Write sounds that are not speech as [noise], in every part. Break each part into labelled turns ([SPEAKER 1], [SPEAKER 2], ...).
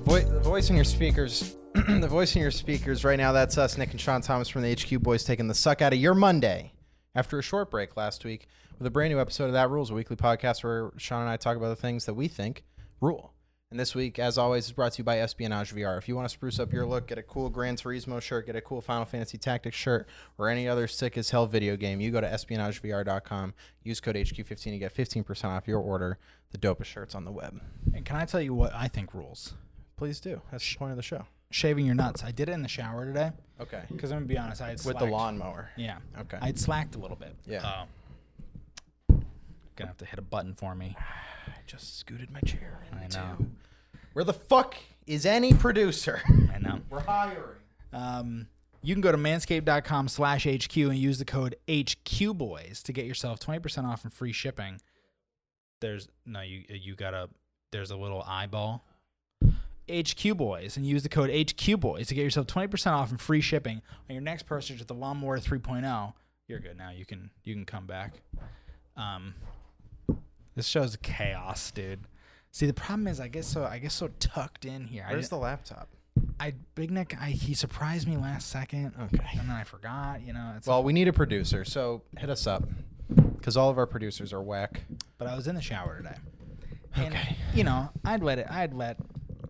[SPEAKER 1] voice in your speakers, [clears throat] the voice in your speakers right now, that's us, Nick and Sean Thomas from the HQ Boys, taking the suck out of your Monday after a short break last week with a brand new episode of That Rules, a weekly podcast where Sean and I talk about the things that we think rule. And this week, as always, is brought to you by Espionage VR. If you want to spruce up your look, get a cool Gran Turismo shirt, get a cool Final Fantasy Tactics shirt, or any other sick as hell video game, you go to espionagevr.com, use code HQ15 to get 15% off your order. The dopest shirts on the web.
[SPEAKER 2] And can I tell you what I think rules?
[SPEAKER 1] Please do. That's the point of the show.
[SPEAKER 2] Shaving your nuts. I did it in the shower today
[SPEAKER 1] Okay.
[SPEAKER 2] because I'm gonna be honest. I had
[SPEAKER 1] With
[SPEAKER 2] slacked.
[SPEAKER 1] the lawnmower.
[SPEAKER 2] Yeah.
[SPEAKER 1] Okay.
[SPEAKER 2] I had slacked a little bit.
[SPEAKER 1] Yeah.
[SPEAKER 2] Uh, gonna have to hit a button for me.
[SPEAKER 1] I just scooted my chair
[SPEAKER 2] I
[SPEAKER 1] into.
[SPEAKER 2] know.
[SPEAKER 1] Where the fuck is any producer?
[SPEAKER 2] I know.
[SPEAKER 1] [laughs] We're hiring.
[SPEAKER 2] Um, you can go to manscaped.com slash HQ and use the code HQBoys to get yourself 20% off and free shipping. There's no, you, you gotta, there's a little eyeball. HQ Boys and use the code HQ Boys to get yourself 20% off and free shipping on your next purchase with the Lawnmower 3.0. You're good now. You can, you can come back. Um, this show's chaos, dude. See, the problem is I get so, I get so tucked in here. I
[SPEAKER 1] Where's
[SPEAKER 2] just-
[SPEAKER 1] the laptop?
[SPEAKER 2] I Big Nick, I, he surprised me last second.
[SPEAKER 1] Okay.
[SPEAKER 2] And then I forgot, you know. It's
[SPEAKER 1] Well, we need a producer, so hit us up. Because all of our producers are whack.
[SPEAKER 2] but I was in the shower today. And,
[SPEAKER 1] Okay.
[SPEAKER 2] You know, I'd let it I'd let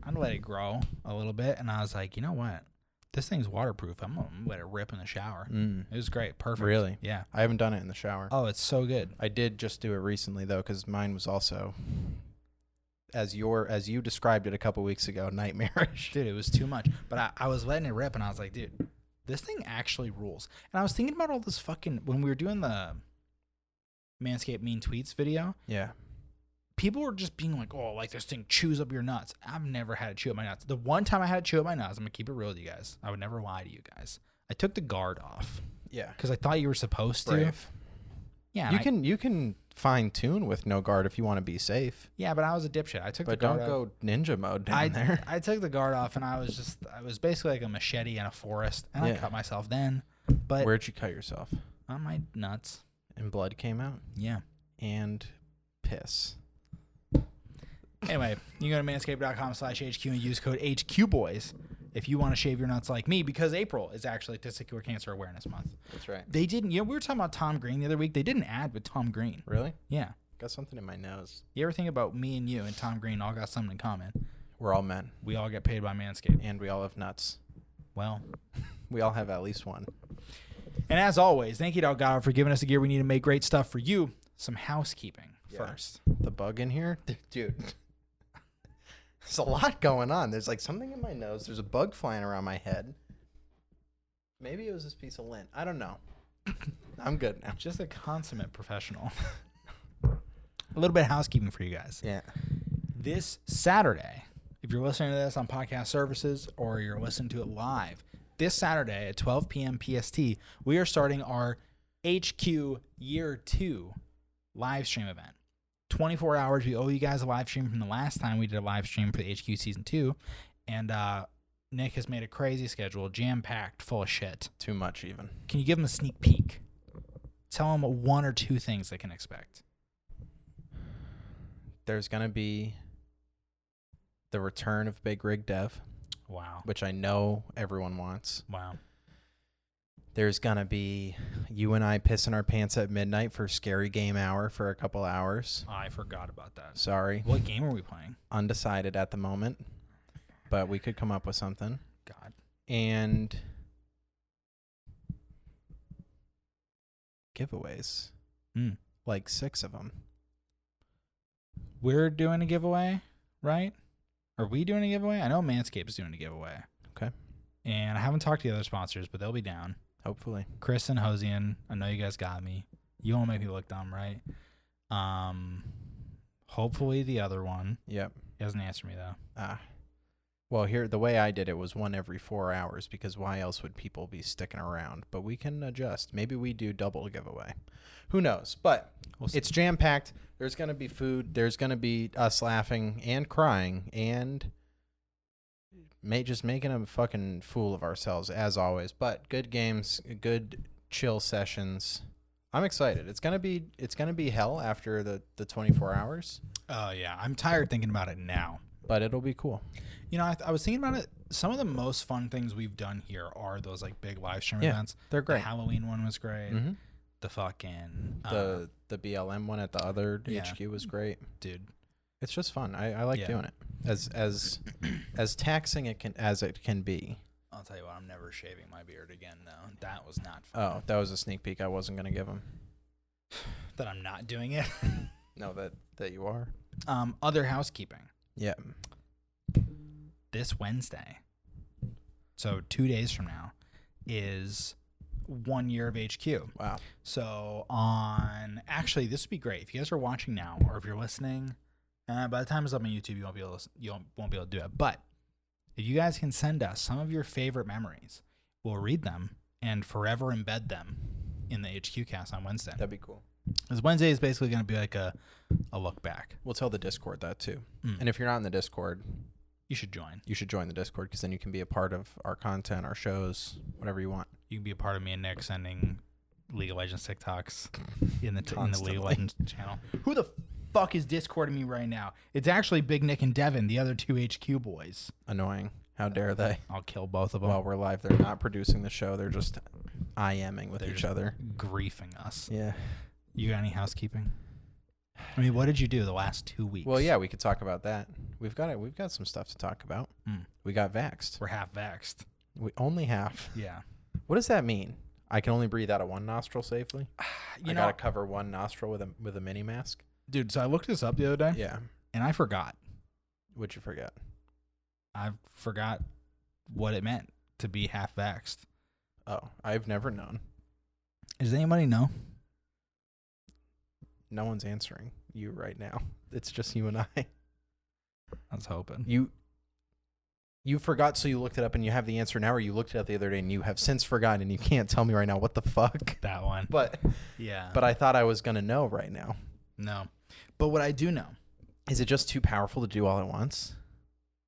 [SPEAKER 2] I'd let it grow a little bit and I was like, you know what? This thing's waterproof. I'm gonna let it rip in the shower.
[SPEAKER 1] Mm.
[SPEAKER 2] It was great. Perfect.
[SPEAKER 1] Really?
[SPEAKER 2] Yeah.
[SPEAKER 1] I haven't done it in the shower.
[SPEAKER 2] Oh, it's so good.
[SPEAKER 1] I did just do it recently though, because mine was also, as your as you described it a couple weeks ago, [laughs] nightmarish.
[SPEAKER 2] Dude, it was too much. But I, I was letting it rip and I was like, dude, this thing actually rules. And I was thinking about all this fucking when we were doing the Manscaped Mean Tweets video,
[SPEAKER 1] Yeah.
[SPEAKER 2] people were just being like, "Oh, like this thing chews up your nuts." I've never had to chew up my nuts. The one time I had to chew up my nuts, I'm gonna keep it real with you guys. I would never lie to you guys. I took the guard off
[SPEAKER 1] Yeah.
[SPEAKER 2] because I thought you were supposed to.
[SPEAKER 1] Brave.
[SPEAKER 2] Yeah,
[SPEAKER 1] You
[SPEAKER 2] I-
[SPEAKER 1] can you can fine tune with no guard if you want to be safe,
[SPEAKER 2] Yeah, but I was a dipshit. I took
[SPEAKER 1] but
[SPEAKER 2] the guard
[SPEAKER 1] don't
[SPEAKER 2] off.
[SPEAKER 1] go ninja mode down
[SPEAKER 2] I,
[SPEAKER 1] there.
[SPEAKER 2] I took the guard off and I was just I was basically like a machete in a forest and I
[SPEAKER 1] Yeah.
[SPEAKER 2] cut myself then. But
[SPEAKER 1] Where'd you cut yourself?
[SPEAKER 2] on my nuts.
[SPEAKER 1] And blood came out
[SPEAKER 2] Yeah.
[SPEAKER 1] and piss.
[SPEAKER 2] Anyway, you go to manscaped.com slash HQ and use code HQBoys if you want to shave your nuts like me because April is actually Testicular Cancer Awareness Month.
[SPEAKER 1] That's right.
[SPEAKER 2] They didn't. You know, we were talking about Tom Green the other week. They didn't ad with Tom Green.
[SPEAKER 1] Really?
[SPEAKER 2] Yeah.
[SPEAKER 1] Got something in my nose.
[SPEAKER 2] You ever think about me and you and Tom Green all got something in common?
[SPEAKER 1] We're all men,
[SPEAKER 2] We all get paid by Manscaped.
[SPEAKER 1] and we all have nuts.
[SPEAKER 2] Well,
[SPEAKER 1] We all have at least one.
[SPEAKER 2] and as always, thank you to Elgato for giving us the gear we need to make great stuff for you. Some housekeeping
[SPEAKER 1] Yeah.
[SPEAKER 2] first.
[SPEAKER 1] The bug in here, [laughs] dude. There's a lot going on. There's like something in my nose. There's a bug flying around my head. Maybe it was this piece of lint. I don't know. [laughs] I'm good now.
[SPEAKER 2] Just a consummate professional. [laughs] a little bit of housekeeping for you guys.
[SPEAKER 1] Yeah.
[SPEAKER 2] this Saturday, if you're listening to this on podcast services or you're listening to it live, this Saturday at 12 p.m. PST, we are starting our HQ Year 2 live stream event. 24 hours. We owe you guys a live stream from the last time we did a live stream for the HQ Season 2. And uh, Nick has made a crazy schedule, jam packed, full of shit.
[SPEAKER 1] Too much even.
[SPEAKER 2] Can you give them a sneak peek? Tell them one or two things they can expect.
[SPEAKER 1] There's gonna be the return of Big Rig Dev,
[SPEAKER 2] Wow.
[SPEAKER 1] which I know everyone wants.
[SPEAKER 2] Wow.
[SPEAKER 1] There's gonna be you and I pissing our pants at midnight for scary game hour for a couple hours.
[SPEAKER 2] I forgot about that.
[SPEAKER 1] Sorry,
[SPEAKER 2] What game are we playing?
[SPEAKER 1] undecided at the moment, but we could come up with something.
[SPEAKER 2] God.
[SPEAKER 1] and giveaways.
[SPEAKER 2] Mm.
[SPEAKER 1] Like six of them.
[SPEAKER 2] we're doing a giveaway, right? Are we doing a giveaway? I know Manscaped's doing a giveaway.
[SPEAKER 1] Okay.
[SPEAKER 2] And I haven't talked to the other sponsors, but they'll be down.
[SPEAKER 1] Hopefully,
[SPEAKER 2] Chris and Hosian, I know you guys got me. You won't make me look dumb, right? Um, hopefully the other one.
[SPEAKER 1] yep.
[SPEAKER 2] He hasn't answered me though.
[SPEAKER 1] Ah, well, here the way I did it was one every four hours because why else would people be sticking around? But we can adjust. Maybe we do double giveaway. Who knows? But
[SPEAKER 2] We'll see.
[SPEAKER 1] it's jam packed. There's gonna be food. There's gonna be us laughing and crying and may just making a fucking fool of ourselves as always. But good games, good chill sessions. I'm excited. It's gonna be it's gonna be hell after the the 24 hours.
[SPEAKER 2] Oh yeah, I'm tired thinking about it now.
[SPEAKER 1] but it'll be cool.
[SPEAKER 2] You know, I, th- I was thinking about it. Some of the most fun things we've done here are those like big live stream
[SPEAKER 1] Yeah,
[SPEAKER 2] events.
[SPEAKER 1] They're
[SPEAKER 2] The
[SPEAKER 1] great.
[SPEAKER 2] Halloween one was great.
[SPEAKER 1] Mhm.
[SPEAKER 2] Mm-hmm. The fucking uh,
[SPEAKER 1] The the BLM one at the other
[SPEAKER 2] yeah.
[SPEAKER 1] HQ was great.
[SPEAKER 2] dude.
[SPEAKER 1] It's just fun. I, I like
[SPEAKER 2] Yeah.
[SPEAKER 1] doing it. As [coughs] as as taxing it can as it can be.
[SPEAKER 2] I'll tell you what, I'm never shaving my beard again though. That was not fun.
[SPEAKER 1] Oh, that was a sneak peek I wasn't gonna give him.
[SPEAKER 2] That I'm not doing it. [laughs]
[SPEAKER 1] No, that that you are.
[SPEAKER 2] um, other housekeeping
[SPEAKER 1] Yeah.
[SPEAKER 2] this Wednesday. So two days from now is one year of HQ.
[SPEAKER 1] Wow.
[SPEAKER 2] So on actually, this would be great if you guys are watching now or if you're listening. Uh, by the time it's up on YouTube, you won't be able to, you won't, won't be able to do it. But if you guys can send us some of your favorite memories, we'll read them and forever embed them in the HQ cast on Wednesday.
[SPEAKER 1] That'd be cool.
[SPEAKER 2] Because Wednesday is basically going to be like a a look back.
[SPEAKER 1] We'll tell the Discord that too.
[SPEAKER 2] Mm.
[SPEAKER 1] And if you're not in the Discord,
[SPEAKER 2] You should join.
[SPEAKER 1] you should join the Discord because then you can be a part of our content, our shows, whatever you want.
[SPEAKER 2] You can be a part of me and Nick sending League of Legends TikToks in the in the League
[SPEAKER 1] Constantly.
[SPEAKER 2] of Legends channel. Who the fuck is discording me right now? It's actually Big Nick and Devin, the other two HQ boys.
[SPEAKER 1] Annoying. How dare they?
[SPEAKER 2] I'll kill both of them.
[SPEAKER 1] While we're live, they're not producing the show. They're just IMing with each
[SPEAKER 2] just-
[SPEAKER 1] other.
[SPEAKER 2] griefing us.
[SPEAKER 1] Yeah.
[SPEAKER 2] You got any housekeeping? I mean, what did you do the last two weeks?
[SPEAKER 1] Well, yeah, we could talk about that. We've got it. We've got some stuff to talk about.
[SPEAKER 2] Mm.
[SPEAKER 1] We got vaxxed.
[SPEAKER 2] we're half vaxxed.
[SPEAKER 1] We only half.
[SPEAKER 2] Yeah,
[SPEAKER 1] What does that mean? I can only breathe out of one nostril safely.
[SPEAKER 2] [sighs] you
[SPEAKER 1] I
[SPEAKER 2] know,
[SPEAKER 1] gotta cover one nostril with a with a mini mask.
[SPEAKER 2] dude. So I looked this up the other day,
[SPEAKER 1] Yeah.
[SPEAKER 2] and I forgot.
[SPEAKER 1] Would you forget?
[SPEAKER 2] I forgot what it meant to be half vaxxed.
[SPEAKER 1] Oh, I've never known.
[SPEAKER 2] Does anybody know?
[SPEAKER 1] No one's answering you right now. [laughs] It's just you and I. [laughs]
[SPEAKER 2] I was hoping.
[SPEAKER 1] You you forgot, so you looked it up and you have the answer now, or you looked it up the other day and you have since forgotten and you can't tell me right now what the fuck. [laughs]
[SPEAKER 2] That one.
[SPEAKER 1] But
[SPEAKER 2] Yeah.
[SPEAKER 1] but I thought I was gonna know right now.
[SPEAKER 2] no. But what I do know.
[SPEAKER 1] Is it just too powerful to do all at once?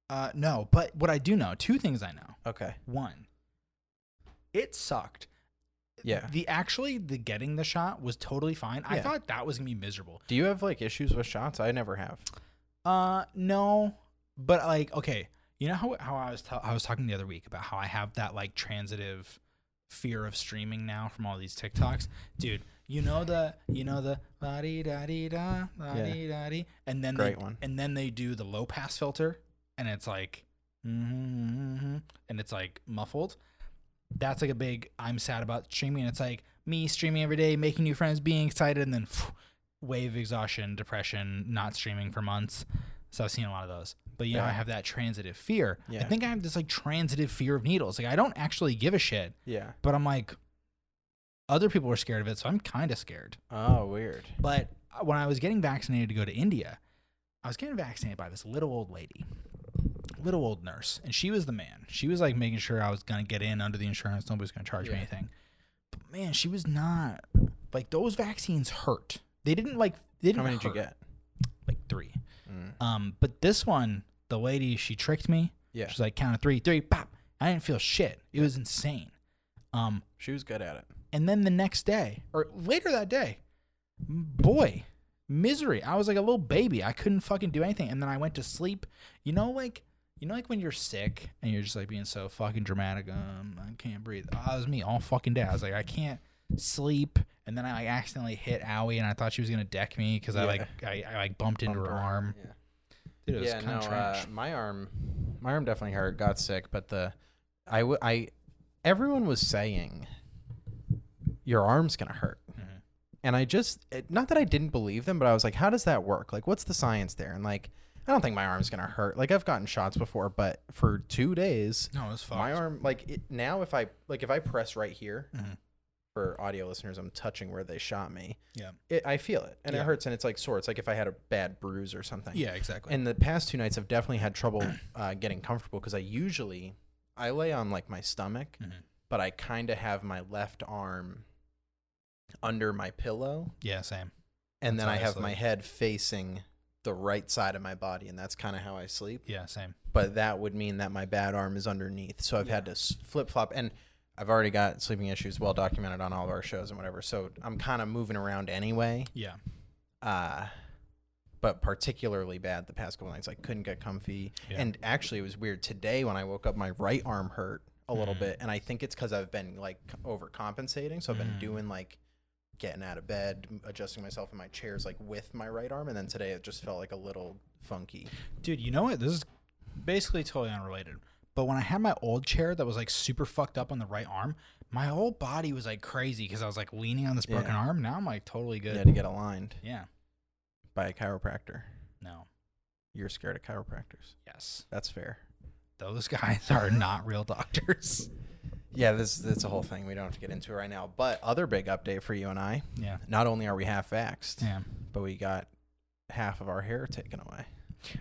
[SPEAKER 2] Uh, no. But what I do know. Two things I know.
[SPEAKER 1] Okay.
[SPEAKER 2] One. It sucked.
[SPEAKER 1] Yeah.
[SPEAKER 2] The actually the getting the shot was totally fine. I
[SPEAKER 1] Yeah.
[SPEAKER 2] thought that was gonna be miserable.
[SPEAKER 1] Do you have like issues with shots? I never have.
[SPEAKER 2] Uh, no, but like, okay, you know how how I was tell I was talking the other week about how I have that like transitive fear of streaming now from all these TikToks, dude. You know the you know the la di da di da la di da di, and then
[SPEAKER 1] Great
[SPEAKER 2] they,
[SPEAKER 1] one.
[SPEAKER 2] and then they do the low pass filter, and it's like, mm-hmm, and it's like muffled. That's like a big I'm sad about streaming. It's like me streaming every day, making new friends, being excited, and then phew, wave exhaustion, depression, not streaming for months. So I've seen a lot of those. But you know, I
[SPEAKER 1] Yeah.
[SPEAKER 2] have that transitive fear. I
[SPEAKER 1] Yeah.
[SPEAKER 2] think I have this like transitive fear of needles. Like I don't actually give a shit,
[SPEAKER 1] Yeah.
[SPEAKER 2] but I'm like, other people are scared of it, so I'm kind of scared.
[SPEAKER 1] Oh, weird.
[SPEAKER 2] But uh, when I was getting vaccinated to go to India, I was getting vaccinated by this little old lady, little old nurse, and she was the man. She was like making sure I was gonna get in under the insurance, nobody's gonna charge me
[SPEAKER 1] Yeah.
[SPEAKER 2] anything. But man, she was not like those vaccines hurt. They didn't like they didn't
[SPEAKER 1] How many did you
[SPEAKER 2] hurt.
[SPEAKER 1] get? Mm.
[SPEAKER 2] Like three. Um, but this one, the lady, she tricked me.
[SPEAKER 1] Yeah.
[SPEAKER 2] She's like, count of three, three, pop. I didn't feel shit. It was insane. Um,
[SPEAKER 1] She was good at it.
[SPEAKER 2] and then the next day, or later that day, m- boy, misery. I was like a little baby. I couldn't fucking do anything. And then I went to sleep. You know, like you know, like when you're sick and you're just like being so fucking dramatic. Um, I can't breathe. Ah, it was me all fucking day. I was like, I can't sleep. And then I like accidentally hit Owie, and I thought she was gonna deck me because I
[SPEAKER 1] Yeah.
[SPEAKER 2] like I, I like bumped into her arm.
[SPEAKER 1] Yeah.
[SPEAKER 2] Dude, it was
[SPEAKER 1] yeah, no,
[SPEAKER 2] kind of
[SPEAKER 1] uh, my arm, my arm definitely hurt. Got sick, but the, I, w- I, everyone was saying, your arm's gonna hurt,
[SPEAKER 2] Mhm.
[SPEAKER 1] and I just, it, not that I didn't believe them, but I was like, how does that work? Like, what's the science there? And like, I don't think my arm's gonna hurt. Like, I've gotten shots before, but for two days,
[SPEAKER 2] No, it was fucked.
[SPEAKER 1] my arm, like it, now, if I like, if I press right here, [laughs]
[SPEAKER 2] Mhm.
[SPEAKER 1] for audio listeners, I'm touching where they shot me.
[SPEAKER 2] Yeah.
[SPEAKER 1] It, I feel it, and
[SPEAKER 2] Yeah.
[SPEAKER 1] it hurts, and it's like sore. It's like if I had a bad bruise or something.
[SPEAKER 2] Yeah, exactly.
[SPEAKER 1] And the past two nights, I've definitely had trouble [clears throat] uh, getting comfortable because I usually I lay on like my stomach,
[SPEAKER 2] Mhm.
[SPEAKER 1] but I kind of have my left arm under my pillow,
[SPEAKER 2] yeah, same.
[SPEAKER 1] and
[SPEAKER 2] That's
[SPEAKER 1] then
[SPEAKER 2] how
[SPEAKER 1] I
[SPEAKER 2] I
[SPEAKER 1] have
[SPEAKER 2] sleep.
[SPEAKER 1] my head facing the right side of my body, and that's kind of how I sleep.
[SPEAKER 2] Yeah, same.
[SPEAKER 1] But that would mean that my bad arm is underneath, so I've had to flip flop and. I've already got sleeping issues well documented on all of our shows and whatever, so I'm kind of moving around anyway.
[SPEAKER 2] Yeah.
[SPEAKER 1] Uh, but particularly bad the past couple nights. I couldn't get comfy,
[SPEAKER 2] Yeah.
[SPEAKER 1] and actually it was weird today when I woke up. My right arm hurt a
[SPEAKER 2] Mm.
[SPEAKER 1] little bit, and I think it's because I've been like c- overcompensating. So I've
[SPEAKER 2] Mm.
[SPEAKER 1] been doing like getting out of bed, m- adjusting myself in my chairs like with my right arm, and then today it just felt like a little funky.
[SPEAKER 2] Dude, you know what? This is basically totally unrelated. But when I had my old chair that was like super fucked up on the right arm, my whole body was like crazy because I was like leaning on this broken
[SPEAKER 1] Yeah.
[SPEAKER 2] arm. Now I'm like totally
[SPEAKER 1] You
[SPEAKER 2] good.
[SPEAKER 1] had to get aligned
[SPEAKER 2] yeah.
[SPEAKER 1] by a chiropractor.
[SPEAKER 2] No.
[SPEAKER 1] You're scared of chiropractors.
[SPEAKER 2] Yes.
[SPEAKER 1] That's fair.
[SPEAKER 2] Those [laughs] guys are not real doctors. [laughs]
[SPEAKER 1] Yeah, this that's a whole thing we don't have to get into right now. But other big update for you and I.
[SPEAKER 2] Yeah.
[SPEAKER 1] Not only are we half vaxxed,
[SPEAKER 2] Yeah.
[SPEAKER 1] but we got half of our hair taken away.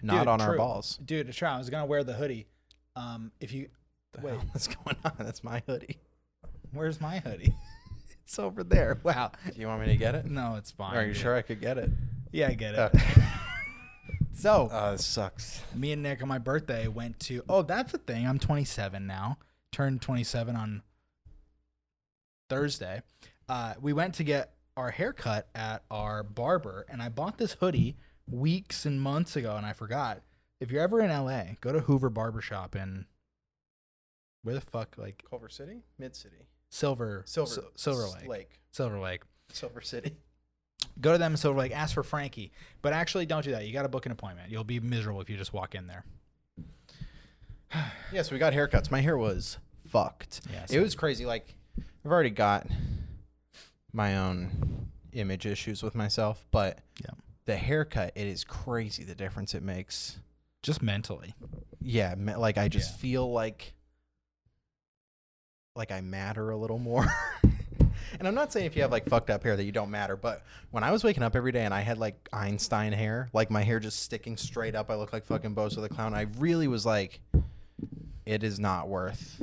[SPEAKER 1] Not on our
[SPEAKER 2] true.
[SPEAKER 1] balls.
[SPEAKER 2] Dude, it's true. I was gonna wear the hoodie. Um, if you
[SPEAKER 1] The
[SPEAKER 2] wait,
[SPEAKER 1] hell [laughs] is going on? That's my hoodie.
[SPEAKER 2] where's my hoodie?
[SPEAKER 1] [laughs] It's over there.
[SPEAKER 2] wow.
[SPEAKER 1] Do you want me to get it?
[SPEAKER 2] No, it's fine.
[SPEAKER 1] Are you
[SPEAKER 2] dude.
[SPEAKER 1] sure I could get it?
[SPEAKER 2] Yeah, I get it.
[SPEAKER 1] Okay.
[SPEAKER 2] [laughs] so
[SPEAKER 1] Oh, this sucks.
[SPEAKER 2] me and Nick on my birthday went to oh that's the thing I'm 27 now turned 27 on Thursday uh, we went to get our haircut at our barber and I bought this hoodie weeks and months ago and I forgot if you're ever in LA go to Hoover Barbershop in where the fuck like
[SPEAKER 1] Culver City? Mid City.
[SPEAKER 2] Silver
[SPEAKER 1] Silver
[SPEAKER 2] Sil- Silver Lake
[SPEAKER 1] Lake.
[SPEAKER 2] Silver Lake
[SPEAKER 1] Silver City.
[SPEAKER 2] go to them and so like ask for Frankie. But actually, don't do that. You got to book an appointment. You'll be miserable if you just walk in there.
[SPEAKER 1] Yeah, so we got haircuts. My hair was fucked.
[SPEAKER 2] Yeah,
[SPEAKER 1] it was crazy. Like, I've already got my own image issues with myself, but
[SPEAKER 2] Yeah.
[SPEAKER 1] the haircut, it is crazy the difference it makes.
[SPEAKER 2] Just mentally.
[SPEAKER 1] Yeah, ma- like I just
[SPEAKER 2] Yeah.
[SPEAKER 1] feel like like I matter a little more. [laughs] and I'm not saying if you have like fucked up hair that you don't matter, but when I was waking up every day and I had like Einstein hair, like my hair just sticking straight up, I look like fucking Bozo the clown. I really was like, it is not worth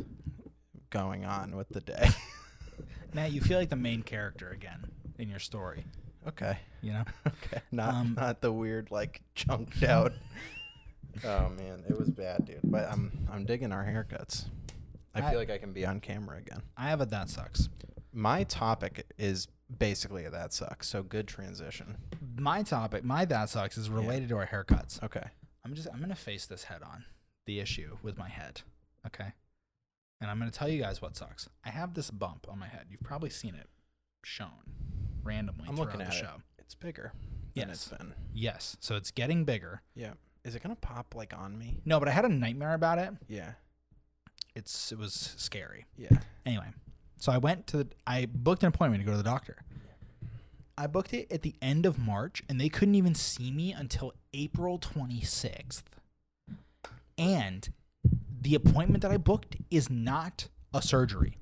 [SPEAKER 1] going on with the day. [laughs]
[SPEAKER 2] Matt, you feel like the main character again in your story.
[SPEAKER 1] okay,
[SPEAKER 2] You know,
[SPEAKER 1] [laughs] okay, not
[SPEAKER 2] Um,
[SPEAKER 1] not the weird like chunked
[SPEAKER 2] [laughs]
[SPEAKER 1] out. oh man, it was bad, dude. But I'm I'm digging our haircuts. I
[SPEAKER 2] I-
[SPEAKER 1] feel like I can be on camera again.
[SPEAKER 2] I have a that sucks.
[SPEAKER 1] My topic is basically that sucks. So good transition.
[SPEAKER 2] My topic, my that sucks, is related to our haircuts.
[SPEAKER 1] Okay.
[SPEAKER 2] I'm just I'm gonna face this head on the issue with my head. Okay. And I'm gonna tell you guys what sucks. I have this bump on my head. You've probably seen it shown randomly
[SPEAKER 1] I'm
[SPEAKER 2] throughout
[SPEAKER 1] looking
[SPEAKER 2] the
[SPEAKER 1] at it.
[SPEAKER 2] show.
[SPEAKER 1] It's bigger than
[SPEAKER 2] Yes.
[SPEAKER 1] it's been.
[SPEAKER 2] Yes. So it's getting bigger.
[SPEAKER 1] Yeah. Is it going to pop like on me?
[SPEAKER 2] No, but I had a nightmare about it.
[SPEAKER 1] Yeah.
[SPEAKER 2] It's it was scary.
[SPEAKER 1] Yeah.
[SPEAKER 2] Anyway, so I went to the, I booked an appointment to go to the doctor. I booked it at the end of March and they couldn't even see me until April 26th. And the appointment that I booked is not a surgery.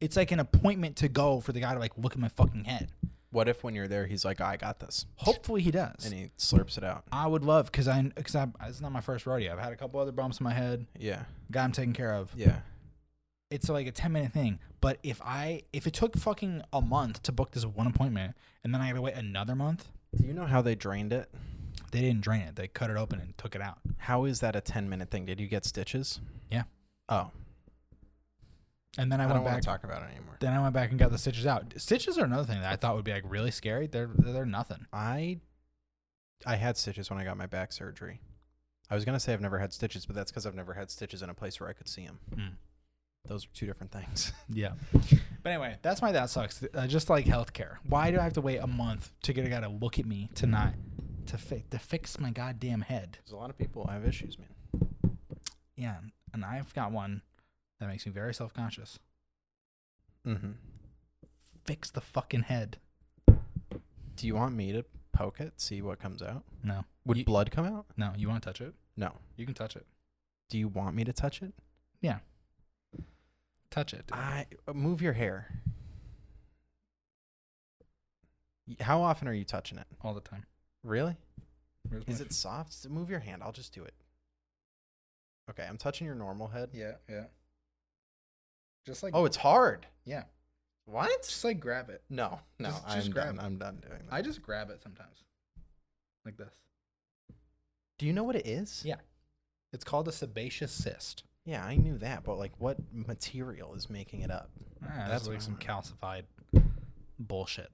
[SPEAKER 2] It's like an appointment to go for the guy to like look at my fucking head.
[SPEAKER 1] What if when you're there, he's like, I got this?
[SPEAKER 2] Hopefully he
[SPEAKER 1] [laughs]
[SPEAKER 2] does.
[SPEAKER 1] And he slurps it out.
[SPEAKER 2] I would love cuz I cuz I it's not my first rodeo. I've had a couple other bumps in my head.
[SPEAKER 1] Yeah.
[SPEAKER 2] Guy I'm taking care of.
[SPEAKER 1] Yeah.
[SPEAKER 2] it's like a 10 minute thing but if i if it took fucking a month to book this one appointment and then i had to wait another month
[SPEAKER 1] Do you know how they drained it?
[SPEAKER 2] they didn't drain it they cut it open and took it out
[SPEAKER 1] How is that a 10 minute thing? Did you get stitches?
[SPEAKER 2] Yeah.
[SPEAKER 1] Oh.
[SPEAKER 2] and then i,
[SPEAKER 1] I,
[SPEAKER 2] went
[SPEAKER 1] don't want
[SPEAKER 2] back
[SPEAKER 1] to talk about it anymore.
[SPEAKER 2] then i went back and got the stitches out stitches are another thing that i thought would be like really scary they're they're nothing
[SPEAKER 1] I I had stitches when I got my back surgery. I was going to say I've never had stitches, but that's because I've never had stitches in a place where I could see them.
[SPEAKER 2] Mm.
[SPEAKER 1] Those are two different things. [laughs]
[SPEAKER 2] yeah but anyway that's my that sucks uh, just like healthcare why do i have to wait a month to get a guy to look at me tonight to, fi- to fix my goddamn head
[SPEAKER 1] There's a lot of people have issues, man.
[SPEAKER 2] yeah and i've got one that makes me very self-conscious
[SPEAKER 1] Mm-hmm.
[SPEAKER 2] fix the fucking head
[SPEAKER 1] Do you want me to poke it, see what comes out?
[SPEAKER 2] no
[SPEAKER 1] Would
[SPEAKER 2] You-
[SPEAKER 1] blood come out?
[SPEAKER 2] no you want to touch it
[SPEAKER 1] No.
[SPEAKER 2] You can touch it.
[SPEAKER 1] Do you want me to touch it?
[SPEAKER 2] Touch it.
[SPEAKER 1] I uh, move your hair. Y- How often are you touching it?
[SPEAKER 2] All the time.
[SPEAKER 1] Really?
[SPEAKER 2] Where's
[SPEAKER 1] Is
[SPEAKER 2] my-
[SPEAKER 1] it soft? S- Move your hand. I'll just do it. Okay, I'm touching your normal head.
[SPEAKER 2] Yeah, yeah. Just like
[SPEAKER 1] Oh, it's hard.
[SPEAKER 2] yeah.
[SPEAKER 1] What?
[SPEAKER 2] like grab it.
[SPEAKER 1] No, no,
[SPEAKER 2] Just-
[SPEAKER 1] I'm
[SPEAKER 2] just grab
[SPEAKER 1] done.
[SPEAKER 2] it.
[SPEAKER 1] I'm done doing that.
[SPEAKER 2] I just grab it sometimes. Like this.
[SPEAKER 1] do you know what it is?
[SPEAKER 2] Yeah. It's called a sebaceous cyst.
[SPEAKER 1] Yeah, I knew that, but like, what material is making it up? that's
[SPEAKER 2] Ah, that's like
[SPEAKER 1] what
[SPEAKER 2] some
[SPEAKER 1] I
[SPEAKER 2] calcified [laughs] bullshit.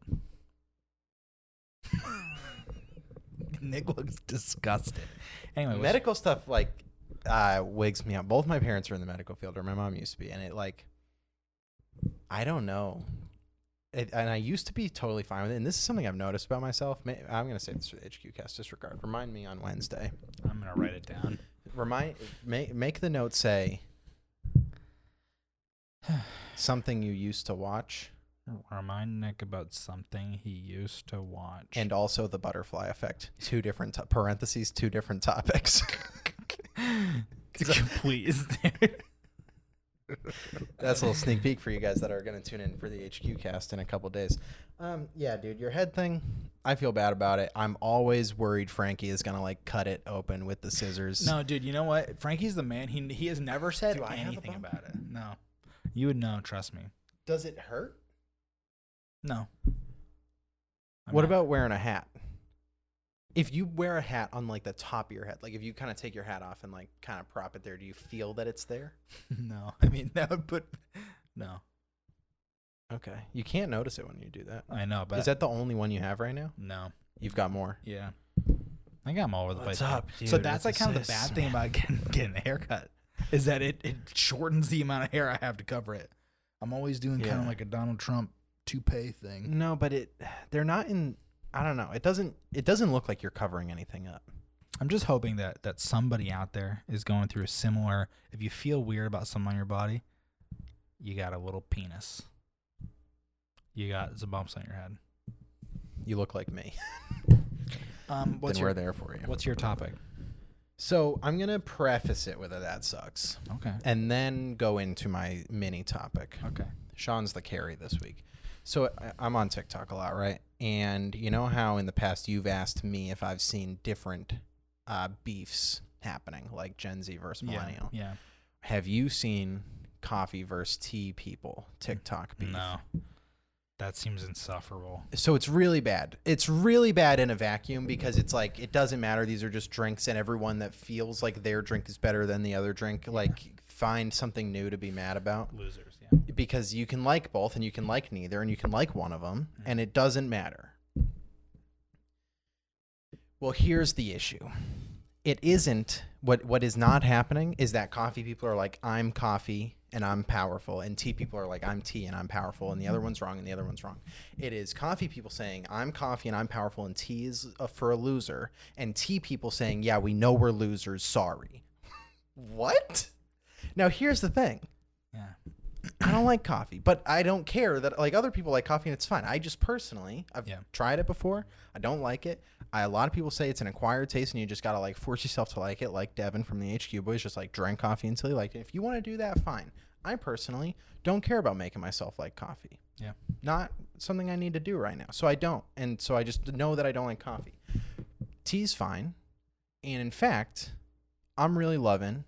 [SPEAKER 2] Nick looks disgusted. Anyway, what's-
[SPEAKER 1] medical stuff like uh, wigs me out. Both my parents are in the medical field, or my mom used to be, and it like I don't know. It, and I used to be totally fine with it. And this is something I've noticed about myself. May- I'm going to say this for the HQ cast. Disregard. Remind me on Wednesday.
[SPEAKER 2] I'm gonna write it down.
[SPEAKER 1] Remind. Make make the note say [sighs] something you used to watch,
[SPEAKER 2] Remind Nick about something he used to watch.
[SPEAKER 1] and also the butterfly effect. Two different to- parentheses. Two different topics. [laughs]
[SPEAKER 2] please,
[SPEAKER 1] That's a little sneak peek for you guys that are going to tune in for the HQ cast in a couple days. Um, yeah, dude, your head thing, I feel bad about it. I'm always worried Frankie is going to like cut it open with the scissors.
[SPEAKER 2] [laughs] No, dude, you know what? Frankie's the man. He he has never said
[SPEAKER 1] Do I have a
[SPEAKER 2] anything
[SPEAKER 1] bump?
[SPEAKER 2] about it. No. You would know, trust me.
[SPEAKER 1] Does it hurt?
[SPEAKER 2] No. I'm
[SPEAKER 1] what
[SPEAKER 2] not-
[SPEAKER 1] about wearing a hat? If you wear a hat on like the top of your head, like if you kind of take your hat off and like kind of prop it there, do you feel that it's there?
[SPEAKER 2] [laughs] No. I mean, that would put No.
[SPEAKER 1] Okay. You can't notice it when you do that.
[SPEAKER 2] I know, but
[SPEAKER 1] Is that the only one you have right now?
[SPEAKER 2] No.
[SPEAKER 1] You've got more.
[SPEAKER 2] Yeah. I think I'm all over the
[SPEAKER 1] What's
[SPEAKER 2] place.
[SPEAKER 1] up,
[SPEAKER 2] So
[SPEAKER 1] dude?
[SPEAKER 2] that's like
[SPEAKER 1] What's
[SPEAKER 2] kind of the
[SPEAKER 1] this,
[SPEAKER 2] bad thing about getting, getting a haircut is that it, it shortens the amount of hair I have to cover it. I'm always doing kind
[SPEAKER 1] Yeah.
[SPEAKER 2] of like a Donald Trump toupee thing.
[SPEAKER 1] No, but it they're not in I don't know. It doesn't it doesn't look like you're covering anything up.
[SPEAKER 2] I'm just hoping that that somebody out there is going through a similar. If you feel weird about something on your body, you got a little penis. You got some bumps on your head.
[SPEAKER 1] You look like me.
[SPEAKER 2] Um, what's
[SPEAKER 1] then
[SPEAKER 2] your
[SPEAKER 1] we're there for you.
[SPEAKER 2] what's your topic?
[SPEAKER 1] So I'm gonna preface it with a that sucks,
[SPEAKER 2] Okay.
[SPEAKER 1] and then go into my mini topic.
[SPEAKER 2] Okay.
[SPEAKER 1] Sean's the carry this week. So I- I'm on TikTok a lot, right? And you know how in the past you've asked me if I've seen different uh, beefs happening, like Gen Z versus
[SPEAKER 2] Yeah.
[SPEAKER 1] millennial.
[SPEAKER 2] Yeah.
[SPEAKER 1] Have you seen coffee versus tea people TikTok beef?
[SPEAKER 2] No. That seems insufferable.
[SPEAKER 1] so it's really bad. It's really bad in a vacuum because it's like it doesn't matter. These are just drinks, and everyone that feels like their drink is better than the other drink, like find something new to be mad about
[SPEAKER 2] Losers. Yeah.
[SPEAKER 1] because you can like both and you can like neither and you can like one of them and it doesn't matter. Well, here's the issue. It isn't what what is not happening is that coffee people are like I'm coffee and I'm powerful and tea people are like I'm tea and I'm powerful and the other one's wrong and the other one's wrong. It is coffee people saying I'm coffee and I'm powerful and tea is uh, for a loser and tea people saying yeah, we know we're losers, sorry. [laughs] what? Now here's the thing.
[SPEAKER 2] Yeah.
[SPEAKER 1] I don't like coffee, but I don't care that like other people like coffee and it's fine. I just personally, I've
[SPEAKER 2] Yeah.
[SPEAKER 1] tried it before. I don't like it. I, a lot of people say it's an acquired taste and you just gotta like force yourself to like it. Like Devin from the HQ Boys just like drank coffee until he liked it. If you want to do that, fine. I personally don't care about making myself like coffee.
[SPEAKER 2] Yeah.
[SPEAKER 1] Not something I need to do right now. So I don't. And so I just know that I don't like coffee. Tea's fine. And in fact, I'm really loving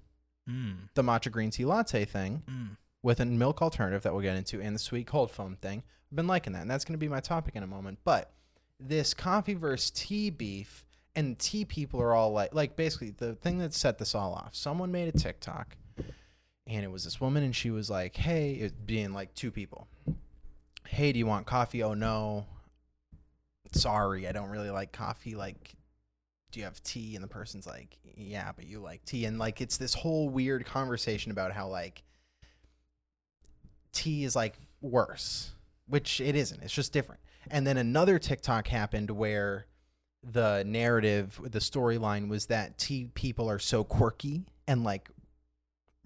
[SPEAKER 2] Mm.
[SPEAKER 1] the matcha green tea latte thing
[SPEAKER 2] Mm.
[SPEAKER 1] with a milk alternative that we'll get into and the sweet cold foam thing. I've been liking that, and that's going to be my topic in a moment. But this coffee versus tea beef and tea people are all like, like basically the thing that set this all off. Someone made a TikTok, and it was this woman, and she was like, "Hey," it being like two people. Hey, do you want coffee? Oh no. Sorry, I don't really like coffee. Like, do you have tea? And the person's like, yeah, but you like tea. And like, it's this whole weird conversation about how like tea is like worse, which it isn't. It's just different. And then another TikTok happened where the narrative, the storyline was that tea people are so quirky and like